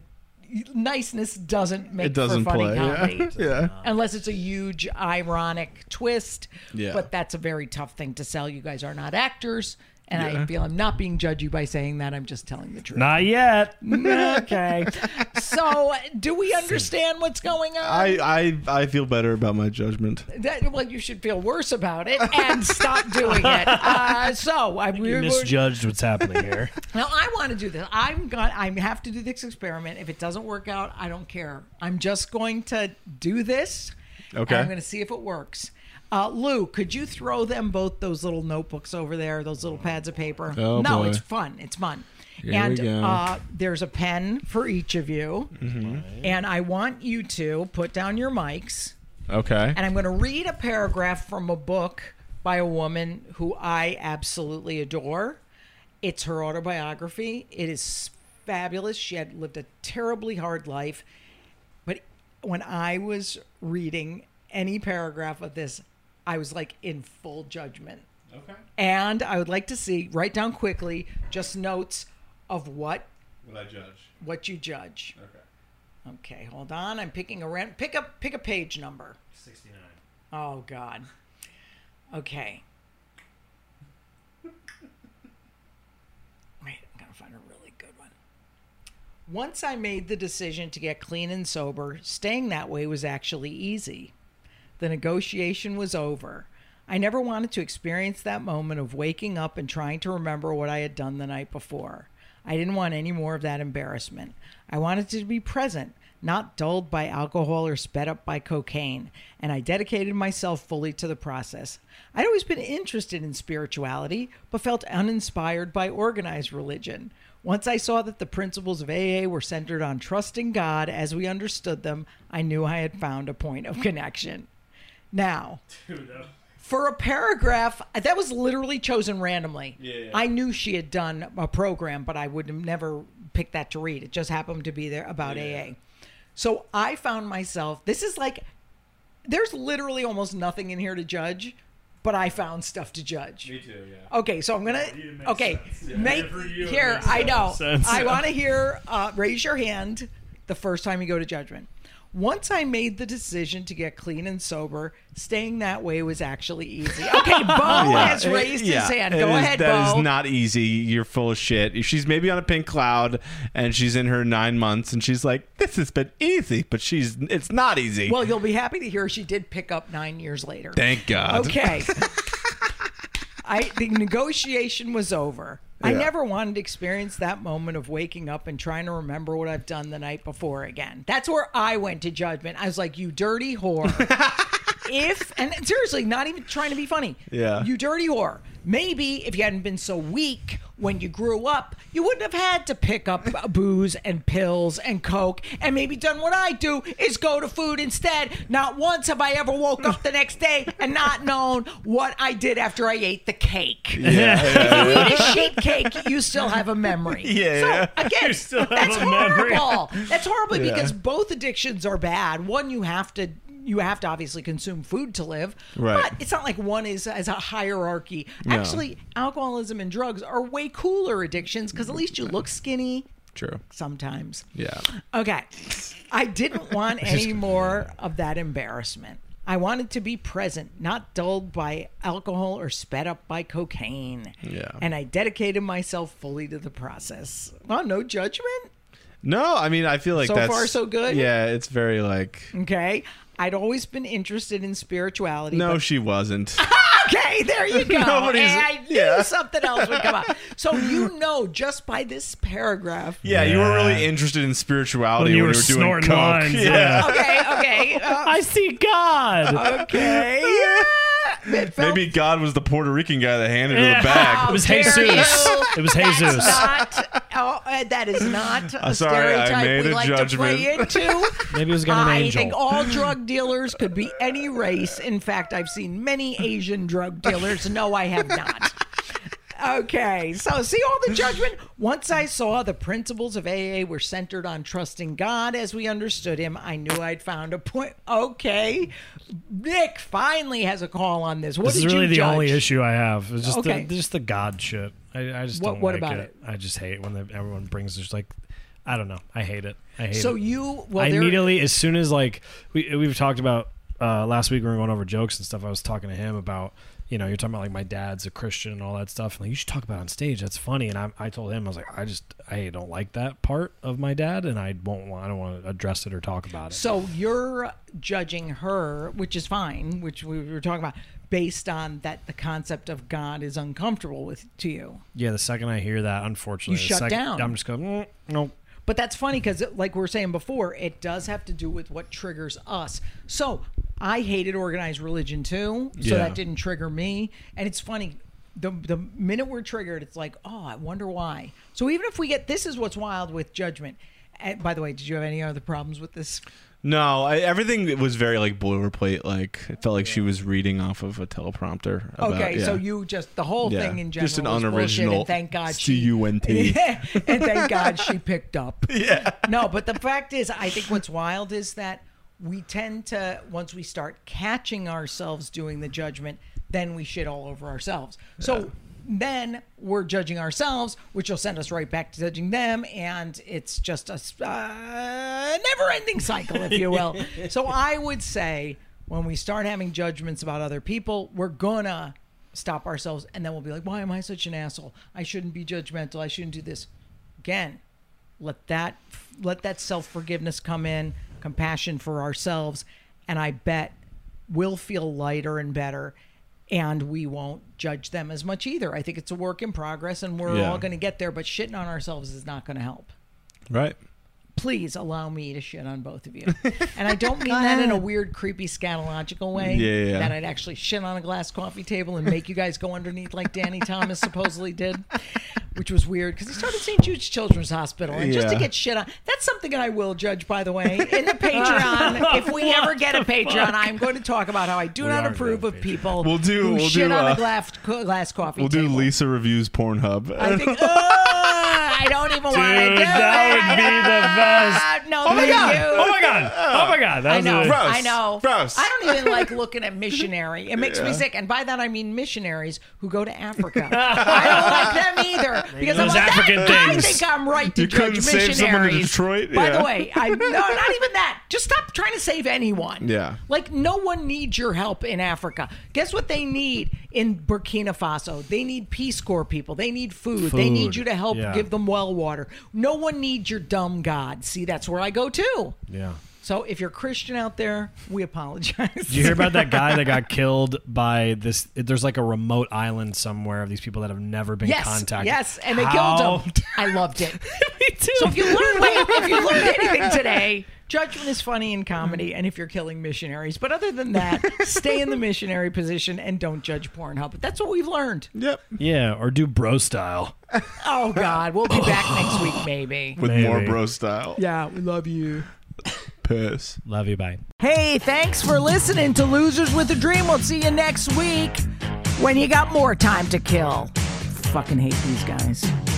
niceness doesn't make It doesn't for funny play. comedy [laughs] Yeah. yeah. unless it's a huge ironic twist. Yeah. But that's a very tough thing to sell. You guys are not actors. And I feel I'm not being judgy by saying that. I'm just telling the truth. Not yet. okay. [laughs] so, do we understand what's going on? I, I I feel better about my judgment. That- well, you should feel worse about it and stop doing [laughs] it. Uh, so, I, we, You we're, misjudged what's happening [laughs] here. Now I want to do this. I'm going. I have to do this experiment. If it doesn't work out, I don't care. I'm just going to do this. Okay. And I'm going to see if it works. Uh, Lou, could you throw them both those little notebooks over there? Those little pads of paper. Oh, no, boy. it's fun. It's fun. Here and we go. Mm-hmm. Uh, there's a pen for each of you, and I want you to put down your mics Okay. and I'm going to read a paragraph from a book by a woman who I absolutely adore. It's her autobiography. It is fabulous. She had lived a terribly hard life. But when I was reading any paragraph of this, I was like in full judgment. Okay. And I would like to see, write down quickly, just notes of what What I judge. what you judge. Okay. Okay, hold on. I'm picking a rent. Pick up. Pick a page number. 69. Oh God. Okay. Wait, I'm gonna find a really good one. Once I made the decision to get clean and sober, staying that way was actually easy. The negotiation was over. I never wanted to experience that moment of waking up and trying to remember what I had done the night before. I didn't want any more of that embarrassment. I wanted to be present, not dulled by alcohol or sped up by cocaine, and I dedicated myself fully to the process. I'd always been interested in spirituality, but felt uninspired by organized religion. Once I saw that the principles of AA were centered on trusting God as we understood them, I knew I had found a point of connection. Now, for a paragraph that was literally chosen randomly. Yeah. I knew she had done a program, but I would have never picked that to read. It just happened to be there about AA. So I found myself. This is like there's literally almost nothing in here to judge, but I found stuff to judge. too. Yeah. Okay, so I'm gonna. you make Okay, sense. Yeah. make For you, it here. makes I know. sense. I [laughs] want to hear. Uh, raise your hand the first time you go to judgment. Once I made the decision to get clean and sober, staying that way was actually [laughs] easy. Okay, Bo has raised his hand. Go ahead, That is Bo. not easy. You're full of shit. She's maybe on a pink cloud, and she's in her nine months, and she's like, "This has been easy," but she's it's not easy. well, you'll be happy to hear she did pick up nine years later. Thank God. [laughs] Okay. I the negotiation was over. I Yeah. never wanted to experience that moment of waking up and trying to remember what I've done the night before again. That's where I went to judgment. I was like, "You dirty [laughs] whore." if and seriously, not even trying to be funny. Yeah. You dirty whore. Maybe if you hadn't been so weak when you grew up, you wouldn't have had to pick up [laughs] booze and pills and coke and maybe done what I do is go to food instead. Not once have I ever woke up the next day and not known what I did after I ate the cake. [laughs] Yeah, yeah, You eat a sheet cake, you still have a memory. [laughs] Yeah, So yeah. again, You still have that's a memory. horrible. That's horrible Yeah. because both addictions are bad. One, you have to you have to obviously consume food to live. Right. But it's not like one is as a hierarchy. No. Actually, alcoholism and drugs are way cooler addictions because at least you look skinny [laughs] True. sometimes. Yeah. Okay. I [laughs] didn't want any more of that embarrassment. I wanted to be present, not dulled by alcohol or sped up by cocaine. Yeah. And I dedicated myself fully to the process. Well, no judgment. No, I mean, I feel like So that's far, so good? Yeah, it's very like. Okay. I'd always been interested in spirituality. No, but- [laughs] she wasn't. [laughs] Okay, there [laughs] you go. Nobody's- and I knew yeah. [laughs] something else would come up. So you know, just by this paragraph. Yeah, you were Yeah. really interested in spirituality When you when were you were, doing snorting coke. [laughs] lines, yeah. Okay, okay, uh, I see God. okay. Yeah. Midfield Maybe God was the Puerto Rican guy that handed her Yeah. the [laughs] bag. It was How dare Jesus. you. It was That's Jesus. Not, oh, uh, that is not a sorry, I stereotype made we a like to play into. [laughs] Maybe it was gonna be an I angel. think all drug dealers could be any race. In fact, I've seen many Asian drug dealers. No, I have not. Okay, so see all the judgment. Once I saw the principles of AA were centered on trusting God as we understood Him, I knew I'd found a point. Okay, Nick finally has a call on this. What this is did really you the judge? only issue I have. It's just Okay. the just the God shit. I, I just What- don't what like about it. I just hate when the, everyone brings just like I don't know. I hate it. I hate So it. you well, I there- immediately as soon as like we we've talked about uh, last week when we were going over jokes and stuff. I was talking to him about you know you're talking about like my dad's a Christian and all that stuff. And like you should talk about it on stage. That's funny. And I, I told him I was like I just I don't like that part of my dad and I won't want I don't want to address it or talk about it. So you're judging her, which is fine, which we were talking about, based on that the concept of God is uncomfortable with to you. Yeah, the second I hear that, unfortunately, You the shut second- down. I'm just going, mm, nope. But that's funny because, like we were saying before, it does have to do with what triggers us. So I hated organized religion too, so Yeah. that didn't trigger me. And it's funny, the the minute we're triggered, it's like, oh, I wonder why. So even if we get this is what's wild with judgment. And by the way, did you have any other problems with this? No, I, everything was very like boilerplate. Like it felt like she was reading off of a teleprompter. About, Okay, yeah. so you just the whole Yeah. thing in general Just an was bullshit, unoriginal and thank God she C-U-N-T. [laughs] yeah, and thank God she picked up. Yeah. No, but the fact is, I think what's wild is that we tend to once we start catching ourselves doing the judgment, then we shit all over ourselves. So then we're judging ourselves, which will send us right back to judging them, and it's just a s- uh, never-ending cycle, if you will. so I would say when we start having judgments about other people, we're gonna stop ourselves and then we'll be like, why am I such an asshole? I shouldn't be judgmental. I shouldn't do this. Again, let that let that self-forgiveness come in, compassion for ourselves, and I bet we'll feel lighter and better and we won't judge them as much either. I think it's a work in progress and we're Yeah. all going to get there, but shitting on ourselves is not going to help right. please allow me to shit on both of you. And I don't mean that in a weird, creepy, scatological way. Yeah, yeah, yeah. That I'd actually shit on a glass coffee table and make you guys go underneath like Danny Thomas supposedly did, which was weird because he started St. Jude's Children's Hospital. And just to Yeah. get shit on, that's something that I will judge, by the way, in the Patreon. if we ever get a Patreon, I'm going to talk about how I do not are approve of doing people We'll do- who we'll shit do, on uh, a glass, glass coffee We'll do table. Lisa reviews Pornhub. I think, Ugh, I don't even want to do Dude, that it. would be the best. Ah, no, Oh my thank god! you. Oh my god! Oh my god! That I was know. a- Gross. I know. Gross. I don't even like looking at missionary. It makes me sick. And by that I mean missionaries who go to [laughs] Africa. I don't like them either because I'm Those like, African that, I things. think I'm right to [laughs] You judge couldn't save missionaries. someone in Detroit? By the Yeah. way, I no, not [laughs] even that. Just stop trying to save anyone. Yeah. Like no one needs your help in Africa. Guess what they need in Burkina Faso? They need Peace Corps people. They need food. They need Food. you to help Yeah. give them well water. No one needs your dumb god. See, that's where I go too. Yeah. So if you're a Christian out there, we apologize. Did you hear about that guy that got killed by this? There's like a remote island somewhere of these people that have never been yes, contacted. yes, and they How- killed him. I loved [laughs] it. So if you learn if you [laughs] learned anything today, judgment is funny in comedy, and if you're killing missionaries, but other than that, stay in the missionary position and don't judge Pornhub. That's what we've learned. yep. Yeah, or do bro style. Oh God, we'll be back next week maybe. With more Maybe. bro style. Yeah, we love you. Piss. Love you. Bye. Hey, thanks for listening to Losers with a Dream. We'll see you next week when you got more time to kill. Fucking hate these guys.